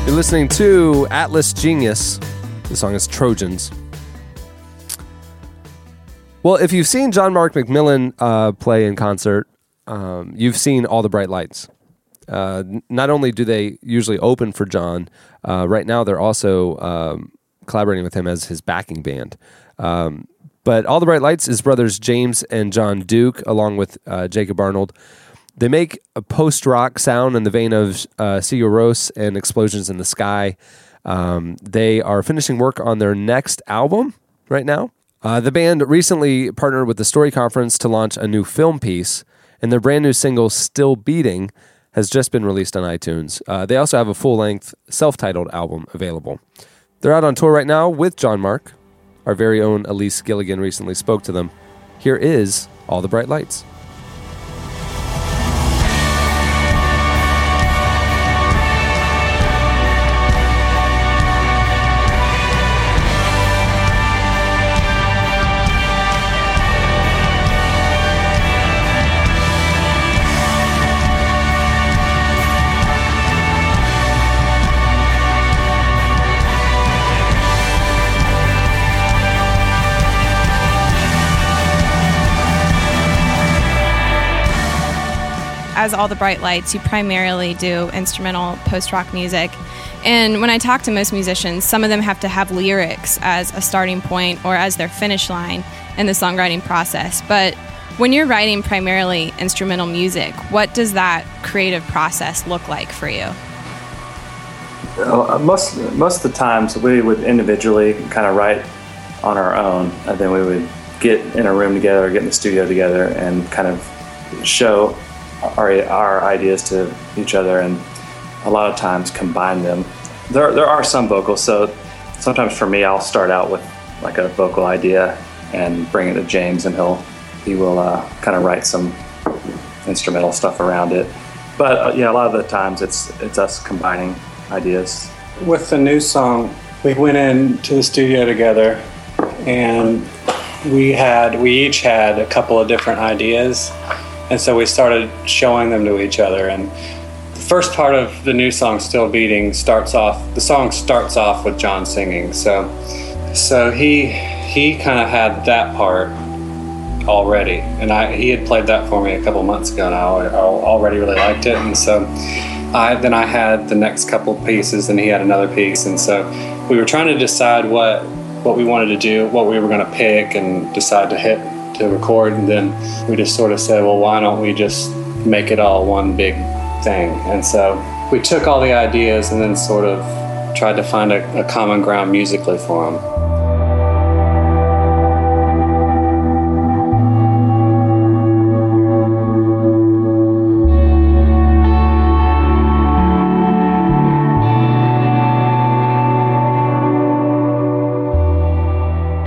C: You're listening to Atlas Genius. The song is Trojans. Well, if you've seen John Mark McMillan uh, play in concert, um, you've seen all the bright lights. Uh, n- not only do they usually open for John, uh, right now they're also um, collaborating with him as his backing band. Um, but All the Bright Lights is brothers James and John Duke, along with uh, Jacob Arnold. They make a post rock sound in the vein of uh, Sigur Rós and Explosions in the Sky. Um, they are finishing work on their next album right now. Uh, the band recently partnered with the Story Conference to launch a new film piece, and their brand new single, Still Beating, has just been released on iTunes. Uh, they also have a full length, self titled album available. They're out on tour right now with John Mark. Our very own Elise Gilligan recently spoke to them. Here is All the Bright Lights.
H: as all the bright lights, you primarily do instrumental post rock music. And when I talk to most musicians, some of them have to have lyrics as a starting point or as their finish line in the songwriting process. But when you're writing primarily instrumental music, what does that creative process look like for you?
I: Uh, most most of the times we would individually kind of write on our own and then we would get in a room together or get in the studio together and kind of show our, our ideas to each other and a lot of times combine them there, there are some vocals so sometimes for me i'll start out with like a vocal idea and bring it to james and he'll he will uh, kind of write some instrumental stuff around it. But uh, yeah, a lot of the times it's it's us combining ideas.
J: With the new song, we went into the studio together and we had we each had a couple of different ideas and so we started showing them to each other and the first part of the new song still beating starts off the song starts off with John singing so so he he kind of had that part already and I he had played that for me a couple months ago and I al- al- already really liked it and so I then I had the next couple pieces and he had another piece and so we were trying to decide what what we wanted to do what we were going to pick and decide to hit to record and then we just sort of said well why don't we just make it all one big thing and so we took all the ideas and then sort of tried to find a, a common ground musically for them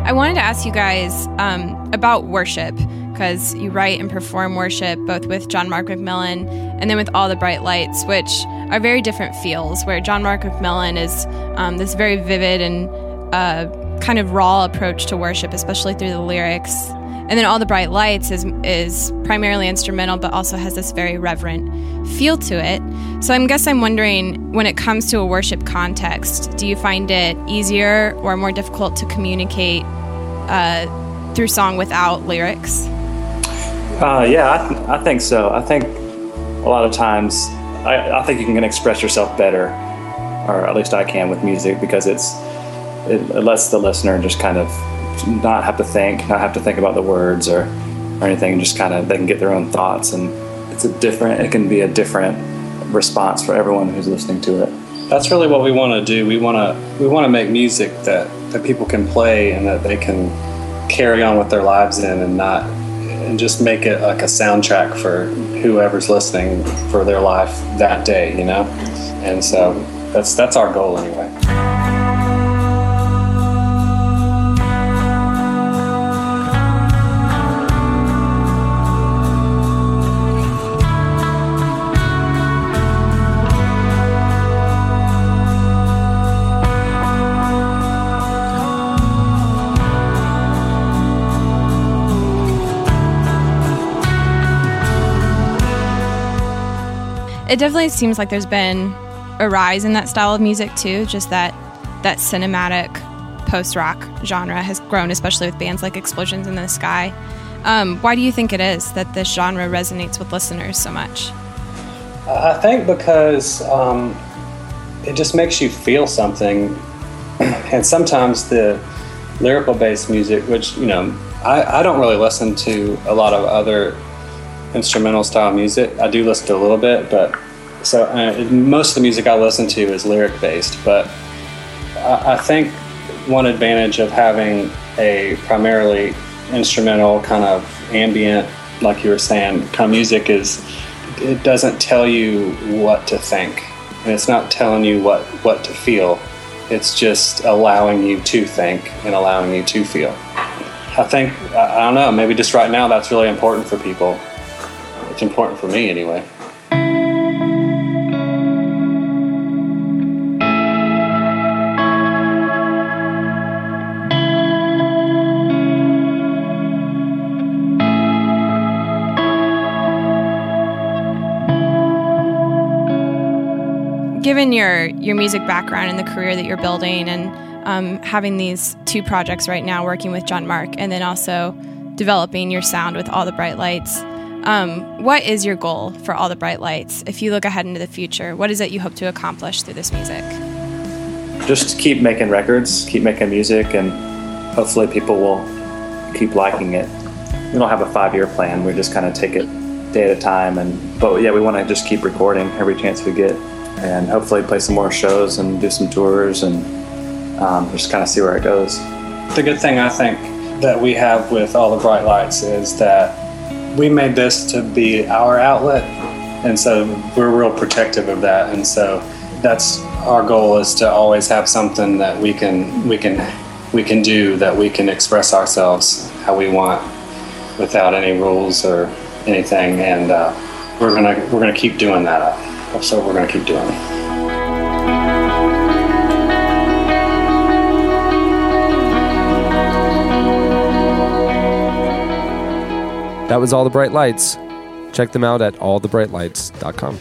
H: I wanted to ask you guys um, about worship because you write and perform worship both with John Mark McMillan and then with All the Bright Lights, which are very different feels. Where John Mark McMillan is um, this very vivid and uh, kind of raw approach to worship, especially through the lyrics. And then All the Bright Lights is is primarily instrumental, but also has this very reverent feel to it. So I guess I'm wondering, when it comes to a worship context, do you find it easier or more difficult to communicate uh, through song without lyrics?
I: Uh, yeah, I, th- I think so. I think a lot of times I, I think you can express yourself better, or at least I can with music because it's it, it lets the listener just kind of not have to think, not have to think about the words or, or anything. Just kind of they can get their own thoughts, and it's a different. It can be a different response for everyone who's listening to it.
J: That's really what we want to do. We want to we want to make music that that people can play and that they can carry on with their lives in, and not and just make it like a soundtrack for whoever's listening for their life that day, you know. And so that's that's our goal anyway.
H: It definitely seems like there's been a rise in that style of music too. Just that that cinematic post rock genre has grown, especially with bands like Explosions in the Sky. Um, why do you think it is that this genre resonates with listeners so much?
J: I think because um, it just makes you feel something, [clears throat] and sometimes the lyrical based music, which you know, I, I don't really listen to a lot of other instrumental style music. I do listen to a little bit, but so uh, most of the music I listen to is lyric based. But I, I think one advantage of having a primarily instrumental kind of ambient, like you were saying, kind of music is it doesn't tell you what to think, and it's not telling you what what to feel. It's just allowing you to think and allowing you to feel. I think I I don't know. Maybe just right now, that's really important for people. It's important for me anyway.
H: given your your music background and the career that you're building and um, having these two projects right now working with john mark and then also developing your sound with all the bright lights um, what is your goal for all the bright lights if you look ahead into the future what is it you hope to accomplish through this music
I: Just keep making records, keep making music, and hopefully people will keep liking it. We don't have a five year plan. We just kind of take it day at a time, and but yeah, we want to just keep recording every chance we get, and hopefully play some more shows and do some tours and um, just kind of see where it goes.
J: The good thing I think that we have with all the bright lights is that we made this to be our outlet, and so we're real protective of that. And so that's our goal is to always have something that we can we can we can do that we can express ourselves how we want without any rules or anything. And uh, we're gonna we're gonna keep doing that. So we're gonna keep doing it.
C: That was All the Bright Lights. Check them out at allthebrightlights.com.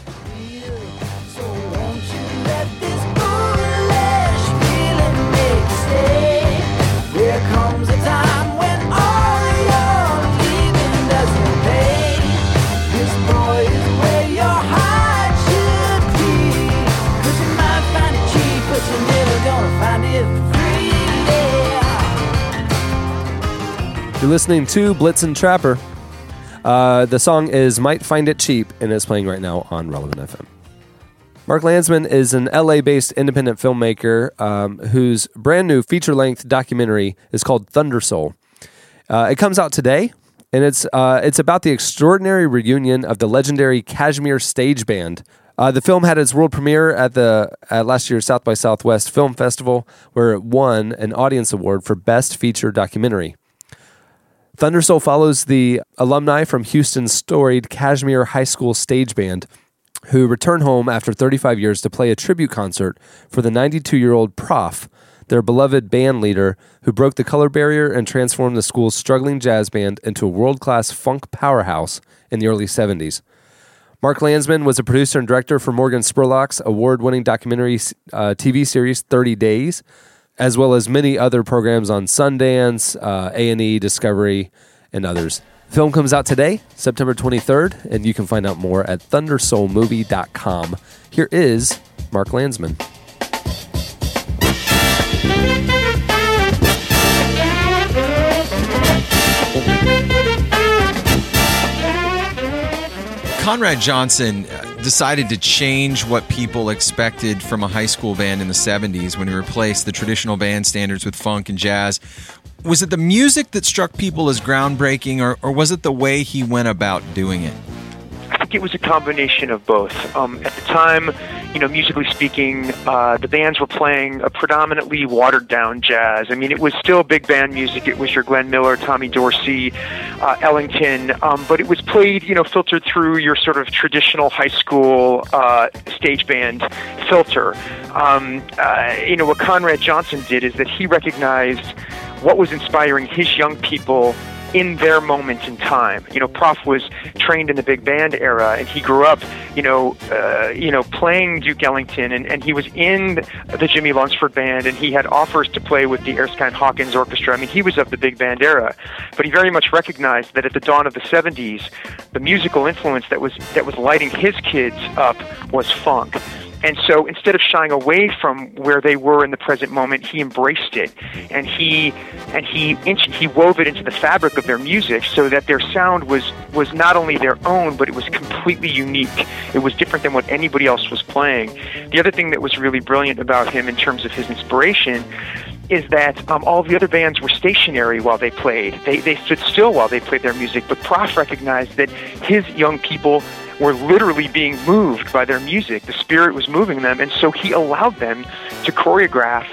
C: You're listening to Blitz and Trapper. Uh, the song is Might Find It Cheap and is playing right now on Relevant FM. Mark Landsman is an LA based independent filmmaker um, whose brand new feature length documentary is called Thunder Soul. Uh, it comes out today, and it's, uh, it's about the extraordinary reunion of the legendary Kashmir Stage Band. Uh, the film had its world premiere at the at last year's South by Southwest Film Festival, where it won an audience award for Best Feature Documentary. Thunder Soul follows the alumni from Houston's storied Kashmir High School stage band who return home after 35 years to play a tribute concert for the 92 year old prof, their beloved band leader who broke the color barrier and transformed the school's struggling jazz band into a world class funk powerhouse in the early 70s. Mark Landsman was a producer and director for Morgan Spurlock's award winning documentary uh, TV series 30 Days, as well as many other programs on Sundance, uh, A&E, Discovery, and others. Film comes out today, September 23rd, and you can find out more at thundersoulmovie.com. Here is Mark Landsman.
B: Thank you.
E: Conrad Johnson uh, decided to change what people expected from a high school band in the 70s when he replaced the traditional band standards with funk and jazz. Was it the music that struck people as groundbreaking, or, or was it the way he went about doing it?
K: I think it was a combination of both. Um, at the time, you know, musically speaking, uh, the bands were playing a predominantly watered down jazz. I mean, it was still big band music. It was your Glenn Miller, Tommy Dorsey, uh, Ellington, um, but it was played, you know, filtered through your sort of traditional high school uh, stage band filter. Um, uh, you know, what Conrad Johnson did is that he recognized what was inspiring his young people in their moment in time. You know, Prof was trained in the big band era, and he grew up, you know, uh, you know, playing Duke Ellington, and, and he was in the Jimmy Lunsford band, and he had offers to play with the Erskine Hawkins Orchestra. I mean, he was of the big band era, but he very much recognized that at the dawn of the '70s, the musical influence that was that was lighting his kids up was funk. And so instead of shying away from where they were in the present moment, he embraced it and he and he inch, he wove it into the fabric of their music so that their sound was was not only their own but it was completely unique. It was different than what anybody else was playing. The other thing that was really brilliant about him in terms of his inspiration is that um, all the other bands were stationary while they played. They, they stood still while they played their music, but Prof recognized that his young people were literally being moved by their music. The spirit was moving them, and so he allowed them to choreograph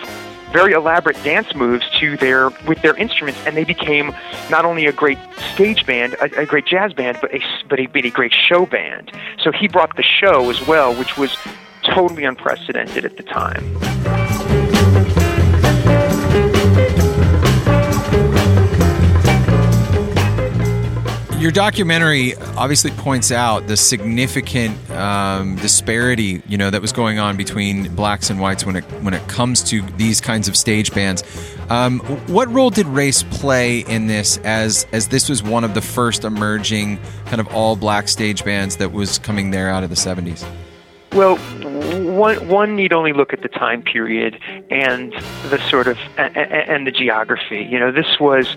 K: very elaborate dance moves to their with their instruments, and they became not only a great stage band, a, a great jazz band, but a s- but a, but a great show band. So he brought the show as well, which was totally unprecedented at the time.
E: Your documentary obviously points out the significant um, disparity, you know, that was going on between blacks and whites when it when it comes to these kinds of stage bands. Um, what role did race play in this? As as this was one of the first emerging kind of all black stage bands that was coming there out of the seventies.
K: Well, one one need only look at the time period and the sort of a- a- and the geography. You know, this was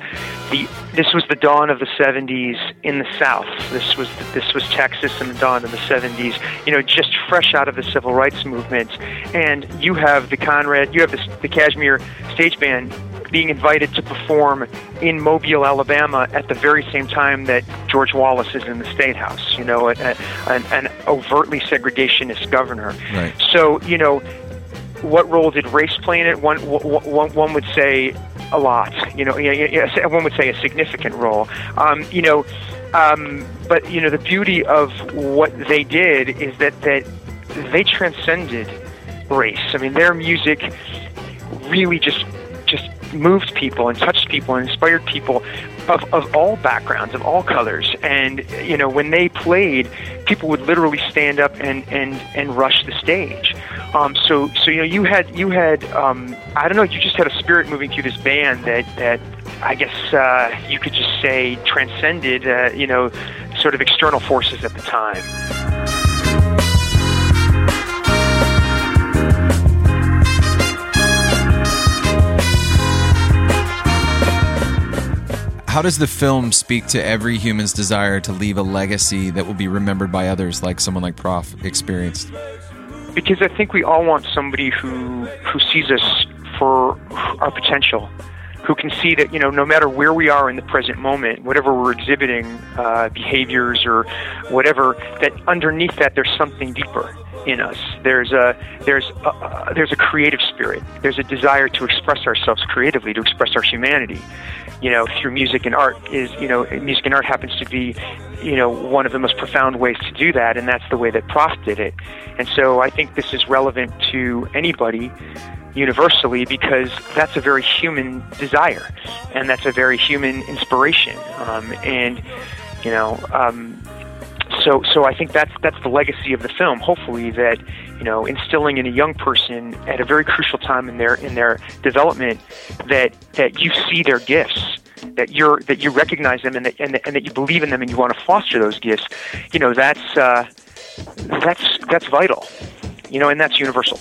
K: the this was the dawn of the 70s in the South. This was this was Texas in the dawn of the 70s. You know, just fresh out of the civil rights movement, and you have the Conrad, you have the, the Kashmir Stage Band being invited to perform in Mobile, Alabama, at the very same time that George Wallace is in the State House. You know, a- a- an, an overtly segregationist governor.
E: Right.
K: So you know, what role did race play in it? One, one, one- one would say a lot. You know, yeah, yeah, yeah, one would say a significant role. Um, you know, um, but you know, the beauty of what they did is that that they transcended race. I mean, their music really just just moved people and touched people and inspired people of, of all backgrounds of all colors and you know when they played people would literally stand up and and and rush the stage um, so so you know you had you had um, I don't know you just had a spirit moving through this band that that I guess uh, you could just say transcended uh, you know sort of external forces at the time
E: How does the film speak to every human's desire to leave a legacy that will be remembered by others, like someone like Prof experienced?
K: because I think we all want somebody who who sees us for our potential, who can see that you know no matter where we are in the present moment, whatever we're exhibiting, uh, behaviors or whatever, that underneath that there's something deeper in us. There's a there's a, uh, there's a creative spirit. There's a desire to express ourselves creatively, to express our humanity. You know, through music and art is you know music and art happens to be you know one of the most profound ways to do that, and that's the way that Prof did it. And so I think this is relevant to anybody universally because that's a very human desire, and that's a very human inspiration. Um, and you know, um, so so I think that's that's the legacy of the film. Hopefully that you know instilling in a young person at a very crucial time in their in their development that that you see their gifts. That you're that you recognize them and that, and, that, and that you believe in them and you want to foster those gifts, you know that's uh, that's that's vital, you know, and that's universal.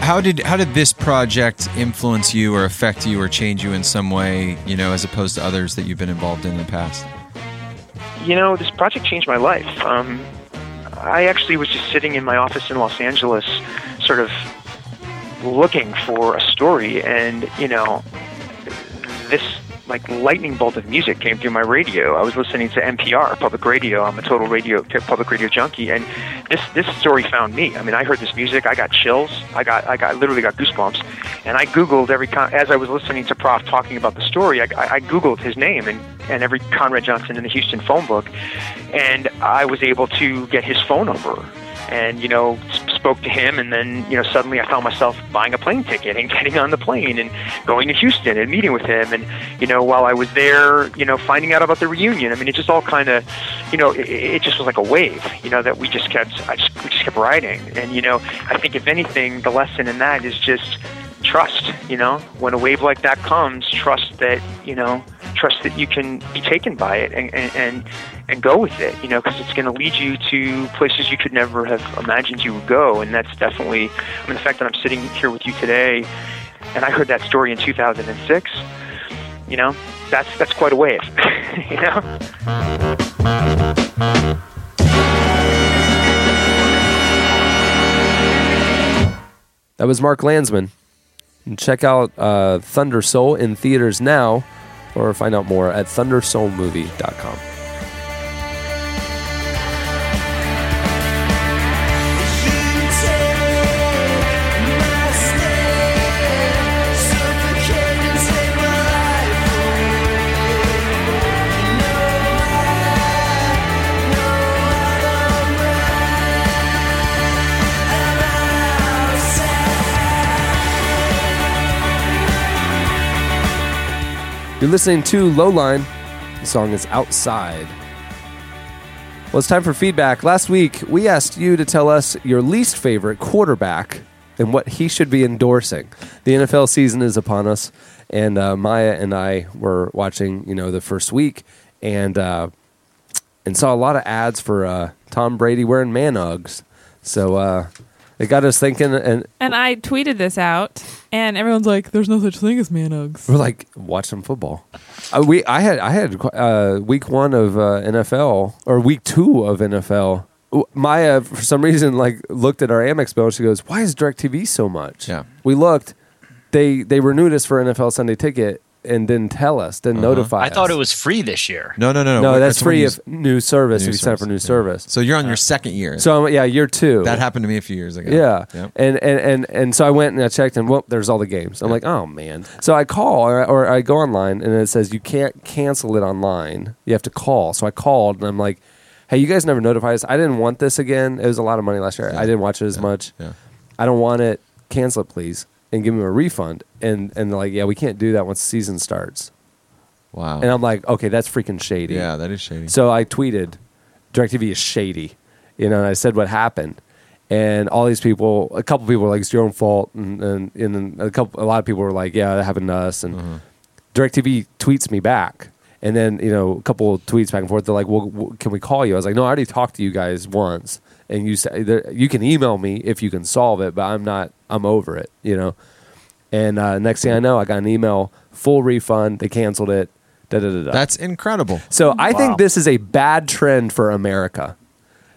E: how did how did this project influence you or affect you or change you in some way? You know, as opposed to others that you've been involved in in the past.
K: you know, this project changed my life. Um, I actually was just sitting in my office in Los Angeles, sort of looking for a story, and, you know, this like lightning bolt of music came through my radio. I was listening to NPR, public radio. I'm a total radio public radio junkie, and this this story found me. I mean, I heard this music, I got chills, I got I got literally got goosebumps, and I googled every con- as I was listening to Prof talking about the story. I, I I googled his name and and every Conrad Johnson in the Houston phone book, and I was able to get his phone number. And you know, s- spoke to him, and then you know, suddenly I found myself buying a plane ticket and [laughs] getting on the plane and going to Houston and meeting with him. And you know, while I was there, you know, finding out about the reunion. I mean, it just all kind of, you know, it, it just was like a wave, you know, that we just kept, I just, we just kept riding. And you know, I think if anything, the lesson in that is just trust. You know, when a wave like that comes, trust that you know, trust that you can be taken by it and and and, and go with it. You know, because it's going to lead you to places you could never have imagined you would go. And that's definitely, I mean, the fact that I'm sitting here with you today, and I heard that story in 2006. You know, that's that's quite a wave. [laughs] you know.
C: That was Mark Landsman. And check out uh, Thunder Soul in theaters now, or find out more at thundersoulmovie.com. You're listening to Lowline. The song is Outside. Well, it's time for feedback. Last week, we asked you to tell us your least favorite quarterback and what he should be endorsing. The NFL season is upon us, and uh, Maya and I were watching, you know, the first week and uh, and saw a lot of ads for uh, Tom Brady wearing man Uggs. So uh, it got us thinking, and
D: And I tweeted this out, and everyone's like, "There's no such thing as man
C: We're like watch some football. Uh, we I had I had uh, week one of uh, NFL or week two of NFL. w- Maya for some reason like looked at our Amex bill. and She goes, "Why is Directv so much?"
E: Yeah.
C: We looked. They they renewed us for NFL Sunday Ticket and didn't tell us, didn't notify.
F: I thought
C: us.
F: it was free this year.
E: Mm-hmm. No, no, no, no.
C: No,
E: Wait,
C: that's
E: when
C: free
E: you-
C: if new service.
E: New
C: if you sign up for
E: service,
C: new
E: yeah.
C: service.
E: So you're on your second year.
C: Uh, So I'm- yeah, year two.
E: that happened to me a few years ago.
C: Yeah.
E: Yep.
C: And, and and and so I went and I checked and whoop, there's all the games. I'm like, oh man. So I call or, or I go online and it says you can't cancel it online. You have to call. So I called and I'm like, hey, you guys never notify us. I didn't want this again. It was a lot of money last year. I didn't watch it as much.
E: yeah.
C: I don't want it. Cancel it, please, and give me a refund. And and they're like, yeah, we can't do that once the season starts.
E: Wow.
C: And I'm like, okay, that's freaking shady.
E: yeah, that is shady.
C: So I tweeted, DirecTV is shady, you know, and I said what happened. And all these people, a couple people were like, it's your own fault. And, and, and then a couple, a lot of people were like, yeah, that happened to us. And
E: Uh-huh.
C: DirecTV tweets me back. And then, you know, a couple of tweets back and forth. They're like, well, w- can we call you? I was like, no, I already talked to you guys once. And you said, there- you can email me if you can solve it, but I'm not, I'm over it, you know? And uh, next thing I know, I got an email, full refund. They canceled it. Da, da, da, da.
E: that's incredible.
C: So I
F: Wow.
C: think this is a bad trend for America.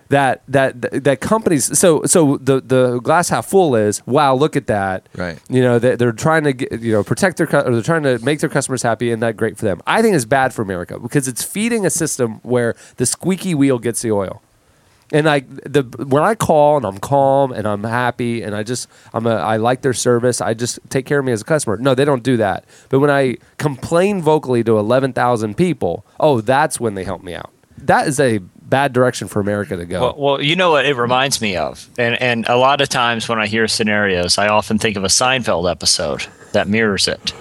C: That that that that companies so so the the glass half full is wow look at that
E: Right.
C: you know they, they're trying to get, you know protect their cu- or they're trying to make their customers happy and that great for them I think it's bad for America because it's feeding a system where the squeaky wheel gets the oil and I the when I call and I'm calm and I'm happy and I just I'm a I like their service. I just take care of me as a customer. No, they don't do that. But when I complain vocally to eleven thousand people, oh, that's when they help me out. That is a bad direction for America to go.
F: Well, well, you know what it reminds me of, and and a lot of times when I hear scenarios, I often think of a Seinfeld episode that mirrors it.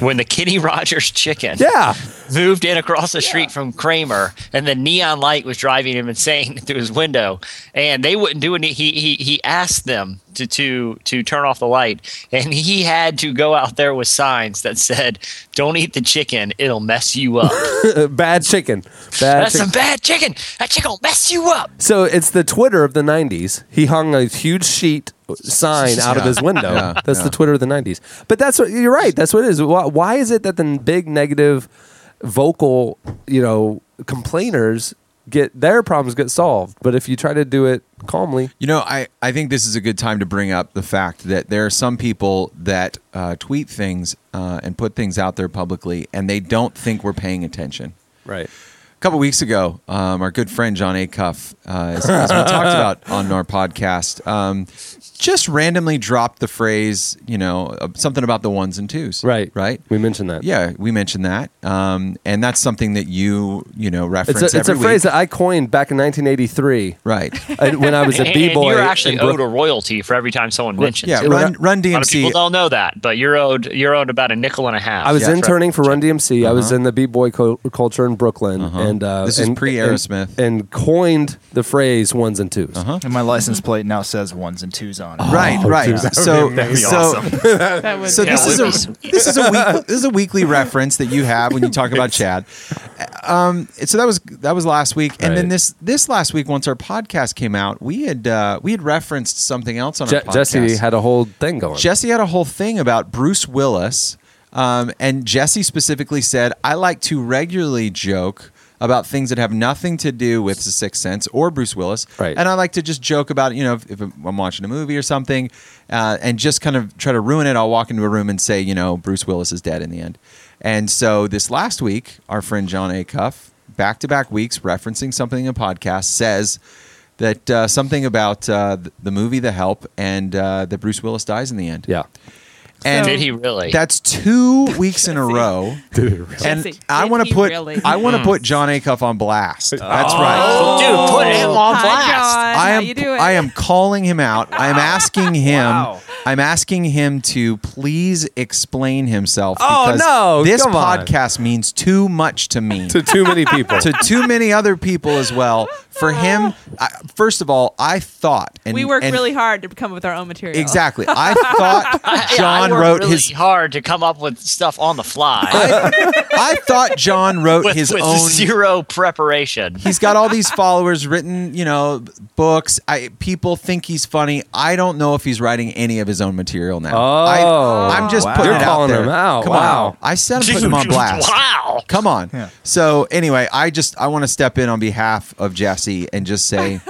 F: when the Kenny Rogers chicken,
C: yeah,
F: moved in across the street from Kramer, and the neon light was driving him insane [laughs] through his window. And they wouldn't do any. He he he asked them to to to turn off the light, and he had to go out there with signs that said, "Don't eat the chicken; it'll mess you up."
C: [laughs] bad chicken. Bad
F: That's
C: chicken.
F: some bad chicken. That chicken'll mess you up.
C: So it's the Twitter of the '90s. He hung a huge sheet sign out of
E: Yeah.
C: his window.
E: Yeah,
C: That's
E: yeah.
C: the Twitter of the '90s. But that's what you're right. That's what it is. Why, why is it that the big negative vocal, you know, complainers get their problems get solved, but if you try to do it calmly,
E: You know, I, I think this is a good time to bring up the fact that there are some people that uh, tweet things uh, and put things out there publicly, and they don't think we're paying attention.
C: right?
E: A couple weeks ago, um, our good friend John A. Cuff, uh, as, as we
C: [laughs]
E: talked about on our podcast, um, just randomly dropped the phrase, you know, uh, something about the ones and twos.
C: Right.
E: Right.
C: We mentioned that.
E: Yeah, we mentioned that, um, and that's something that you, you know, reference
C: It's a, it's
E: every
C: a phrase
E: week.
C: that I coined back in 1983
E: right?
C: uh, when I was a
F: [laughs] And-
E: E
F: and
C: b-boy.
F: you're
C: in
F: actually
C: Brook-
F: owed a royalty for every time someone mentions
E: Yeah,
F: it.
E: run, run
F: A lot of people
E: DMC.
F: don't know that, but you're owed you're owed about a nickel and a half.
C: I was
E: Yeah, that's Uh-huh.
C: interning for Run DMC. I was in the b boy co- culture in Brooklyn, and uh,
E: This is
C: and-
E: pre-Aerosmith.
C: and, and coined the phrase ones and 2s
E: Uh-huh.
G: And my license plate now says ones and twws on it.
E: Right, right. so, so,
D: [laughs] That would
E: so
D: be
E: this
F: Yeah,
E: is
F: we
E: a this is a
D: [laughs]
E: week, this is a weekly reference that you have when you talk about Chad. Um, so that was that was last week, and then
C: Right.
E: this this last week, once our podcast came out, we had uh, we had referenced something else on
C: Je-
E: our podcast.
C: Jesse had a whole thing going.
E: Jesse had a whole thing about Bruce Willis, um, and Jesse specifically said, "I like to regularly joke." About things that have nothing to do with the Sixth Sense or Bruce Willis,
C: Right.
E: And I like to just joke about, you know, if, if I'm watching a movie or something, uh, and just kind of try to ruin it. I'll walk into a room and say, you know, Bruce Willis is dead in the end. And so this last week, our friend John A. Cuff, back to back weeks, referencing something in a podcast, says, that uh, something about uh, th- the movie The Help and uh, that Bruce Willis dies in the end.
C: yeah,
E: And
F: Did he really?
E: That's two weeks in a row. And
D: Jesse,
E: I
D: did
E: want
D: he
E: to put
D: really?
E: I want to put John Acuff on blast. That's right.
F: Oh, Hmm. dude, put him on
D: Hi,
F: blast.
D: John.
E: I
D: How
E: am
D: you doing?
E: I am calling him out.
D: [laughs]
E: I am asking him I'm asking him to please explain himself
C: Oh,
E: because
C: no,
E: this
C: come on.
E: podcast means too much to me.
C: to too
E: [laughs]
C: many people.
E: to too many other people as well. For him, I, first of all, I thought and
D: we work
E: and
D: really hard to come up with our own material.
E: Exactly. I
D: [laughs]
E: thought
F: Yeah, [laughs] I
E: John
F: worked
E: wrote
F: really
E: his.
F: hard to come up with stuff on the fly
E: [laughs] I thought John wrote
F: with,
E: his
F: with
E: own.
F: zero preparation.
E: He's got all these followers, written, you know, books. I people think he's funny. I don't know if he's writing any of his own material now.
C: Oh.
E: I, am just
G: Wow.
E: putting
G: You're
E: it
C: calling
E: out there.
C: him out.
E: Come on.
C: Wow.
E: I said I'm putting him on blast.
F: Wow.
E: Come on.
G: Yeah.
E: So anyway, I just I want to step in on behalf of Jesse and just
C: [laughs]
E: say,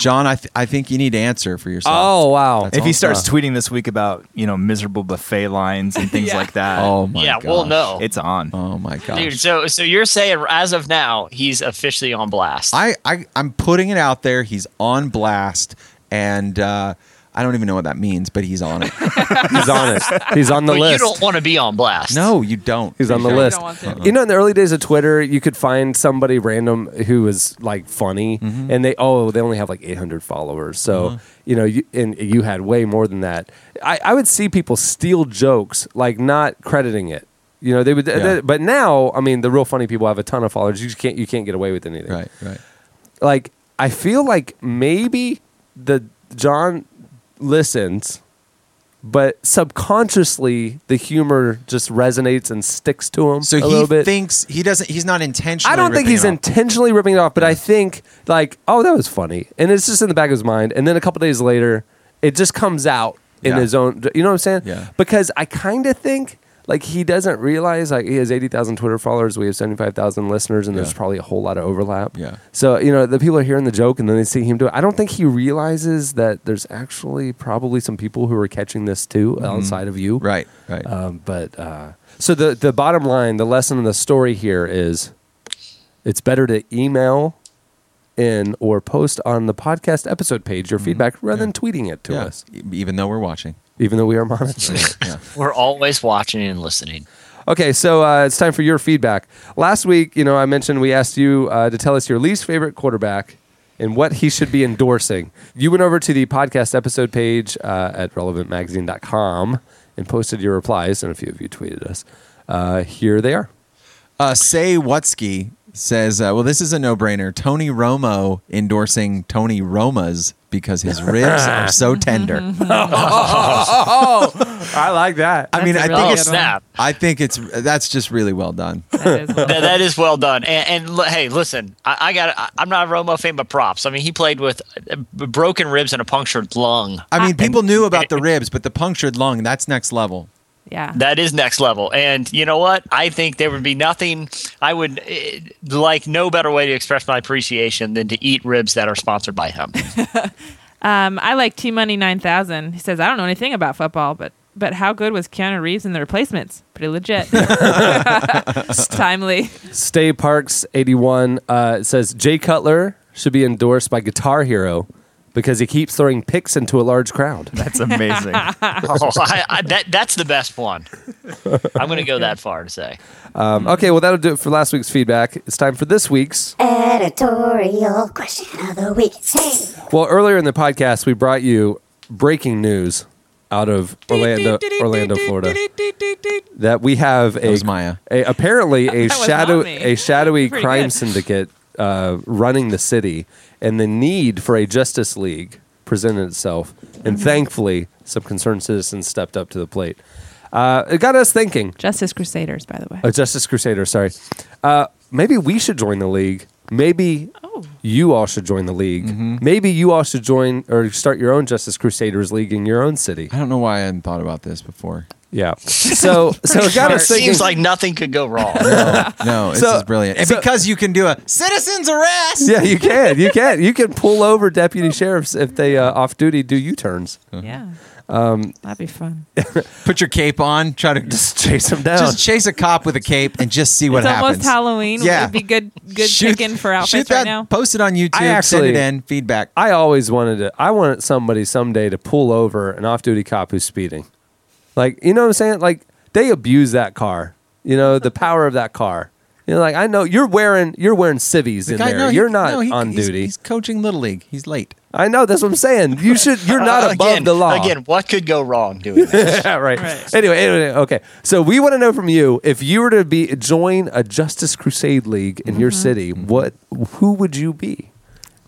E: John, I th- I think you need to answer for yourself.
C: oh wow!
E: That's
G: If he
E: all.
G: starts tweeting this week about you know miserable buffet lines and things
D: Yeah.
G: like that,
E: Oh my.
F: yeah, we'll
E: gosh.
F: know.
G: it's on.
E: Oh my gosh.
F: Dude, so so you're saying as of now he's officially on blast.
E: I, I I'm putting it out there. He's on blast, and uh, I don't even know what that means, but he's on it.
C: [laughs] He's on
F: [laughs]
C: it. He's on the
F: but you
C: list.
F: don't want to be on blast.
E: no, you don't. Uh-huh.
C: He's on the
D: Sure, you
C: list.
D: don't want to.
C: You know, in the early days of Twitter, you could find somebody random who was like funny,
E: Mm-hmm.
C: and they oh they only have like 800 followers. So you know, you, and you had way more than that. I, I would see people steal jokes, like not crediting it. You know, they would.
E: Yeah.
C: but now, I mean, the real funny people have a ton of followers. You just can't you can't get away with anything.
E: Right, right.
C: Like I feel like maybe the John listens. But subconsciously, the humor just resonates and sticks to him.
E: So
C: a little
E: he
C: bit.
E: thinks he doesn't. He's not intentional.
C: I don't think he's
E: in.
C: intentionally ripping it off, but I think like, oh, that was funny, and it's just in the back of his mind. And then a couple days later, it just comes out in
E: Yeah.
C: his own. You know what I'm saying?
E: Yeah.
C: Because I kind of think like he doesn't realize like he has eighty thousand Twitter followers, we have seventy five thousand listeners, and there's
E: Yeah.
C: probably a whole lot of overlap.
E: Yeah.
C: So you know the people are hearing the joke and then they see him do it. I don't think he realizes that there's actually probably some people who are catching this too outside of you.
E: Mm-hmm. Right, right.
C: Um, but uh, so the the bottom line, the lesson of the story here is, it's better to email in or post on the podcast episode page your feedback rather than tweeting it to
E: Mm-hmm. Yeah,
C: us,
E: e- even though we're watching.
C: even though we are monitoring. it.
E: [laughs] Yeah.
F: We're always watching and
E: [laughs]
F: listening.
C: okay, so uh, it's time for your feedback. Last week, you know, I mentioned we asked you uh, to tell us your least favorite quarterback. And what he should be endorsing. You went over to the podcast episode page uh, at relevantmagazine.com and posted your replies, and a few of you tweeted us. Uh, here they are.
E: Uh, Say Wutsky says, uh, "Well, this is a no-brainer. Tony Romo endorsing Tony Roma's because
C: [laughs]
E: his ribs are so tender."
D: [laughs]
C: I like that.
E: Oh. [laughs] I mean,
D: That's a
E: I
D: really
E: think it's
D: good one.
F: Snap.
E: I think it's that's just really well done.
D: That is well
F: That- that is well done. And, and l- hey, listen, I, I got. I'm not a Romo fan, but props. I mean, he played with uh, b- broken ribs and a punctured lung.
E: I mean, people knew about the ribs, but the punctured lung, that's next level.
D: yeah.
F: That is next level. And you know what? I think there would be nothing I would eh, like no better way to express my appreciation than to eat ribs that are sponsored by him.
D: Um, I like T Money Nine Thousand. He says I don't know anything about football, but but how good was Keanu Reeves in the replacements? Pretty
E: [laughs]
D: legit. it's timely.
C: Stay Parks eighty one uh, says Jay Cutler should be endorsed by Guitar Hero because he keeps throwing picks into a large crowd.
G: [laughs] That's
F: [laughs]
G: amazing.
F: oh, I, I, that that's the best one. I'm going to go that far to say.
C: Um, okay, well that'll do it for last week's feedback. It's time for this week's.
B: Editorial question of the week. Hey.
C: Well, earlier in the podcast, we brought you breaking news out of Orlando, Orlando, Florida, that we have a,
E: was Maya.
D: [laughs]
C: a- apparently a
D: was
C: shadow
D: not me.
C: a
D: [laughs]
C: shadowy
D: Pretty
C: crime
D: good.
C: syndicate uh, running the city, and the need for a justice league presented itself,
D: Mm-hmm.
C: and thankfully, some concerned citizens stepped up to the plate. Uh, it got us thinking.
D: Justice Crusaders, by the way.
C: [laughs] Oh, Justice Crusader, sorry. Uh, maybe we should join the league. Maybe
D: Oh.
C: you all should join the league.
E: Mm-hmm.
C: Maybe you all should join or start your own Justice Crusaders league in your own city.
E: I don't know why I hadn't thought about this before.
C: Yeah. So, so it got
F: It
C: us thinking.
F: seems like nothing could go wrong.
E: [laughs] No, this
C: So-
E: is brilliant. And
C: so-
E: because you can do a citizen's arrest.
C: [laughs] yeah, you [laughs] can. You can. You can pull over deputy sheriffs if they uh, off duty do U turns.
D: Yeah. Um, That'd be fun.
E: Put your cape on, try to just,
C: Just chase them down.
E: just chase a cop with a cape and just see what
D: it's
E: happens.
D: almost Halloween.
E: Yeah.
C: [laughs]
D: It'd be good good chicken for
E: shoot
D: outfits
E: that,
D: right now.
E: Post it on YouTube,
C: I
E: send it
C: actually-
E: in, feedback.
C: I always wanted to. I wanted somebody someday to pull over an off-duty cop who's speeding. Like you know what I'm saying? Like they abuse that car. You know the power of that car. You know, like I know you're wearing you're wearing civvies in
E: Guy,
C: there.
E: no, he-
C: you're not
E: no, he-
C: on
E: he's-
C: duty.
E: He's coaching Little League. He's late.
C: I know that's what I'm saying. You should.
E: [laughs]
C: You're not
F: Uh,
C: above
F: again,
C: the law.
F: Again, what could go wrong doing that?
C: [laughs] yeah, right.
D: Right.
C: Anyway, anyway, okay. So we want to know from you if you were to be join a Justice Crusade League in your city, what who would you be?
D: Mm-hmm.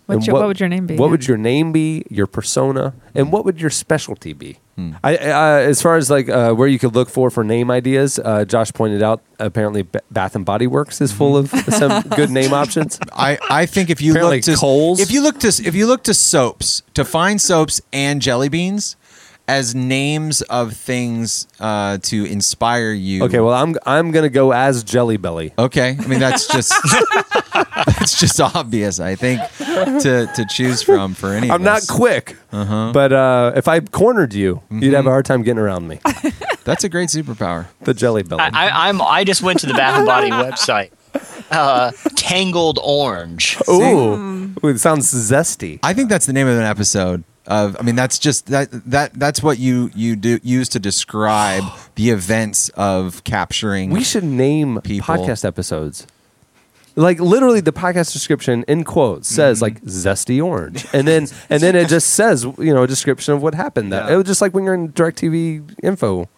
D: What's
C: And
D: your, what, would your name be?
C: What would your name be? Your persona, and what would your specialty be?
E: Hmm.
C: I, I, uh, as far as like uh, where you could look for for name ideas, uh, Josh pointed out apparently B- Bath and Body Works is full
E: Mm-hmm.
C: of some
E: [laughs]
C: good name options.
E: I, I think if you
C: Apparently
E: look to
C: Kohl's.
E: if you look to if you look to soaps to find soaps and jelly beans as names of things uh, to inspire you.
C: Okay, well I'm I'm gonna go as Jelly Belly.
E: Okay, I mean that's just that's just obvious. I think to to choose from for any. of
C: I'm not
E: us.
C: quick,
G: Uh-huh.
C: but uh, if I cornered you, you'd
G: Mm-hmm.
C: have a hard time getting around
G: [laughs]
C: me.
E: That's a great superpower.
C: the Jelly Belly.
F: I, I, I'm. I just went to the Bath and Body website. Uh, Tangled Orange.
C: Ooh, Ooh, it sounds zesty.
E: I think that's the name of an episode. Of I mean that's just that that that's what you you do use to
C: [gasps]
E: describe the events of capturing.
C: We should name
E: People.
C: podcast episodes. Like literally, the podcast description in quotes says
G: Mm-hmm.
C: like "zesty orange," and
G: [laughs]
C: then and then it just says you know a description of what happened. That
G: Yeah.
C: it was just like when you're in Directv info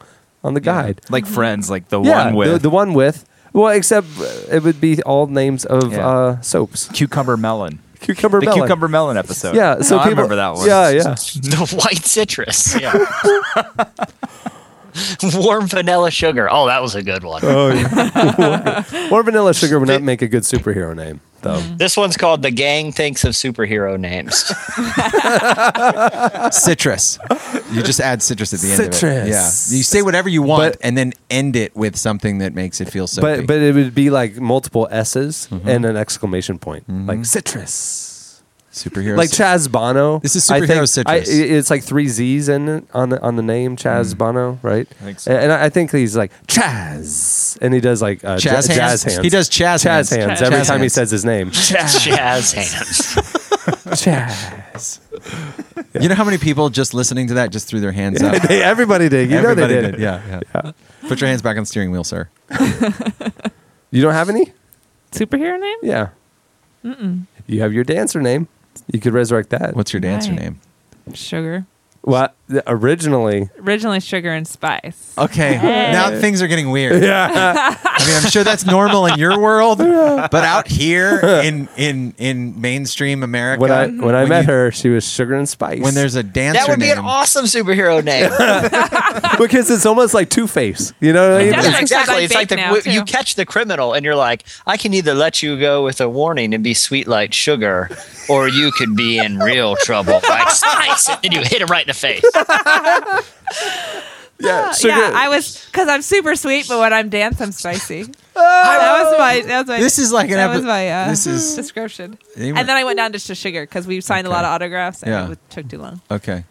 C: on the guide.
G: like friends, like the
C: Yeah,
G: one
C: the,
G: with
C: the one with. Well, except uh, it would be all names of
G: Yeah.
C: uh, soaps.
G: cucumber melon.
C: Cucumber
G: The
C: melon.
G: cucumber melon episode.
C: Yeah, so
G: No, I
C: people,
G: remember that one.
C: Yeah, yeah.
F: [laughs] The white citrus. Yeah. [laughs] Warm vanilla sugar. Oh, that was a good one.
C: [laughs] Or vanilla sugar would not make a good superhero name, though.
F: [laughs]
E: Mm-hmm.
F: This one's called The Gang Thinks of Superhero Names.
E: [laughs] citrus. You just add citrus at the end of
C: Citrus.
E: it. Yeah. You say whatever you want
C: But-
E: and then end it with something that makes it feel so.
C: But but it would be like multiple S's
E: Mm-hmm.
C: and an exclamation point, like citrus,
E: superhero.
C: like
E: chat.
C: Chaz Bono.
E: This is
C: I
E: superhero
C: think
E: citrus. Mm.
C: I- i- it's like three Z's in it on the on the name Chaz Bono, right?
G: I think so.
C: And I I think he's like Chaz, and he does like uh,
E: Chaz
C: ja-
E: hands?
C: jazz hands.
E: He does Chaz
C: Chaz
E: hands.
C: hands,
E: Chaz
C: every
E: hands.
C: time he says his name.
F: Jazz hands.
C: Chaz.
E: You know how many people just listening to that just threw their hands up?
C: [laughs] They- everybody did. You know
E: Everybody
C: they did. it.
E: Yeah, yeah. Put your hands back on the steering wheel, sir.
C: [laughs] You don't have any?
D: superhero name?
C: Yeah. You have your dancer name. You could resurrect that.
E: What's your dancer
D: Right.
E: name?
D: Sugar.
C: What? th- originally.
D: Originally Sugar and Spice.
E: Okay,
D: Hey.
E: now things are getting
D: [laughs]
E: weird. [laughs]
C: Yeah.
E: I mean, I'm sure that's normal in your
C: [laughs]
E: world, but out here in in in mainstream America,
C: When I when I met
E: you-
C: her, she was Sugar and Spice.
E: when there's a dancer,
F: Mhm. That would be an
E: name-
F: awesome superhero name.
C: because it's almost like Two Face. You know what I mean?
D: does.
C: It's-
F: Yeah,
D: Except
F: exactly.
D: I'm
F: It's like the,
D: big now,
F: w- you
D: too.
F: catch the criminal and you're like, I can either let you go with a warning and be sweet like sugar, or you could be in real trouble
C: [laughs]
F: like spice. And then you hit him right in the face.
C: Yeah,
D: yeah,
C: sugar.
D: I was because I'm super sweet, but when I'm dance, I'm spicy. that was my. That was my.
E: Oh. This is like an
D: that
E: epi-
D: was my. Uh,
E: this is-
D: description.
E: They were-
D: And then I went down to Sh- Sugar because we signed a lot of autographs, and
E: Yeah.
D: it was- took too long.
E: Okay,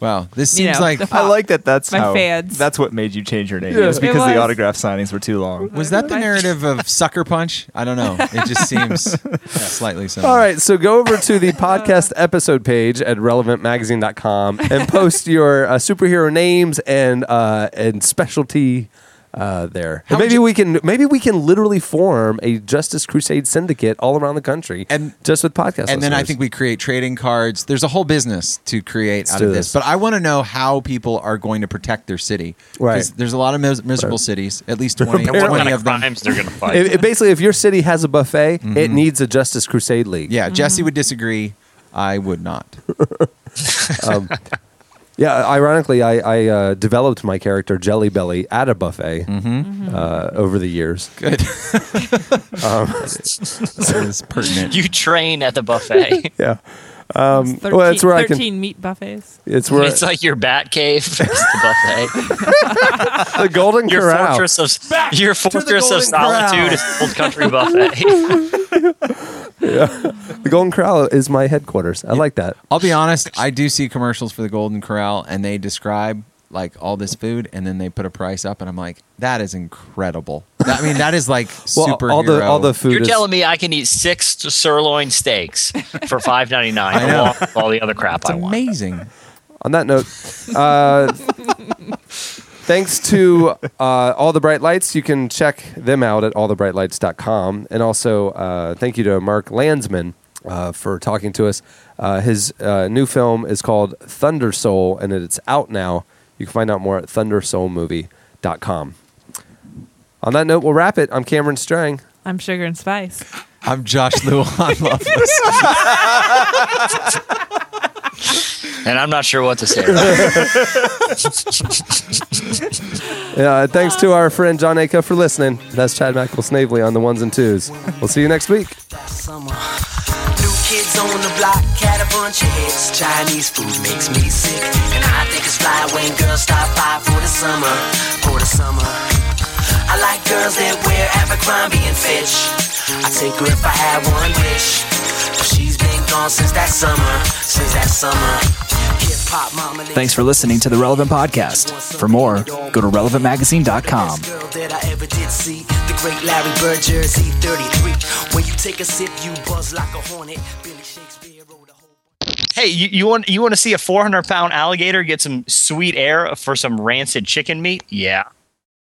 E: wow, this
D: You
E: seems
D: know,
E: like
D: the
G: I
D: pop.
G: like that. That's
D: My
G: how.
D: fans.
G: That's what made you change your name.
C: Yeah.
G: It was
C: It
G: because
D: was.
G: the autograph signings were too long.
E: was that the narrative of Sucker Punch? I don't know.
F: [laughs]
E: It just seems slightly similar.
C: All right, so go over to the podcast episode page at relevantmagazine.com and post your uh, superhero names and uh, and specialty uh, there. And maybe we can maybe we can literally form a Justice Crusade syndicate all around the country
E: And-
C: just with podcasts.
E: and then I think we create trading cards. There's a whole business to create out
C: do
E: of this.
C: this.
E: But I want to know how people are going to protect their city. 'Cause
C: Right.
E: There's a lot of mis- miserable cities, at least 20,
F: And what
E: 20
F: kind
E: of
F: of
E: them. Mm-hmm.
F: crimes they're going to fight?
C: It, it- basically, if your city has a buffet, it needs a Justice Crusade League.
E: Yeah, Jesse
F: Mm-hmm.
E: would disagree. I would
C: [laughs]
E: not. Uh,
C: Um, Yeah, ironically, I, I uh, developed my character Jelly Belly at a buffet
F: Mm-hmm.
C: Uh, over the years. [laughs] Um,
E: Good.
F: [laughs]
E: that is pertinent.
F: you train at the buffet.
C: Yeah, Um,
D: It's 13,
C: well, it's where I can-
D: 13 meat buffets.
C: it's where
F: it's like your bat cave. It's the buffet.
C: [laughs] the Golden
F: Your
C: Corral.
F: fortress of your fortress of
C: Golden Corral.
F: solitude
C: [laughs]
F: is the old [laughs] country buffet.
C: The Golden Corral is my headquarters. I like that.
E: I'll be honest. I do see commercials for the Golden Corral, and they describe like all this food, and then they put a price up, and I'm like, that is incredible. That- I mean, that is
C: [laughs]
E: like superhero.
C: all the all the food.
F: You're
C: is,
F: telling me I can eat six sirloin steaks
C: [laughs]
F: for five ninety nine
E: I know.
F: along with all the other crap
E: It's
F: I want.
E: amazing.
C: on that note,
E: [laughs]
C: uh, thanks to uh, All the Bright Lights, you can check them out at allthebrightlights.com. And also, uh, thank you to Mark Landsman uh, for talking to us. Uh, his uh, new film is called Thunder Soul, and it's out now. You can find out more at thundersoulmovie.com. On that note, we'll wrap it. I'm Cameron Strang.
D: I'm Sugar and Spice.
E: I'm Josh Luan Loveless.
C: [laughs]
D: [laughs]
F: And I'm not sure what to say.
C: [laughs] Uh, thanks to our friend John Acuff for listening. That's Chad Michael Snavely on the ones and twos. We'll see you next week.
B: Two kids on the block, cat a bunch of hits. Chinese food makes me sick. And I think it's fly when girls stop by for the summer. For the summer. I like girls that wear Abercrombie and Fitch. I take her if I had one wish. But she's been gone since that summer. Since that summer. Hip hop mama.
A: Thanks for listening to the Relevant Podcast. For more, go to relevantmagazine.com.
B: Girl that I ever did see, the great Larry Bird jersey 33. When you take a sip, you buzz like a hornet. Billy Shakespeare wrote a whole.
F: hey, you, you want you want to see a 400 pound alligator get some sweet air for some rancid chicken meat? Yeah.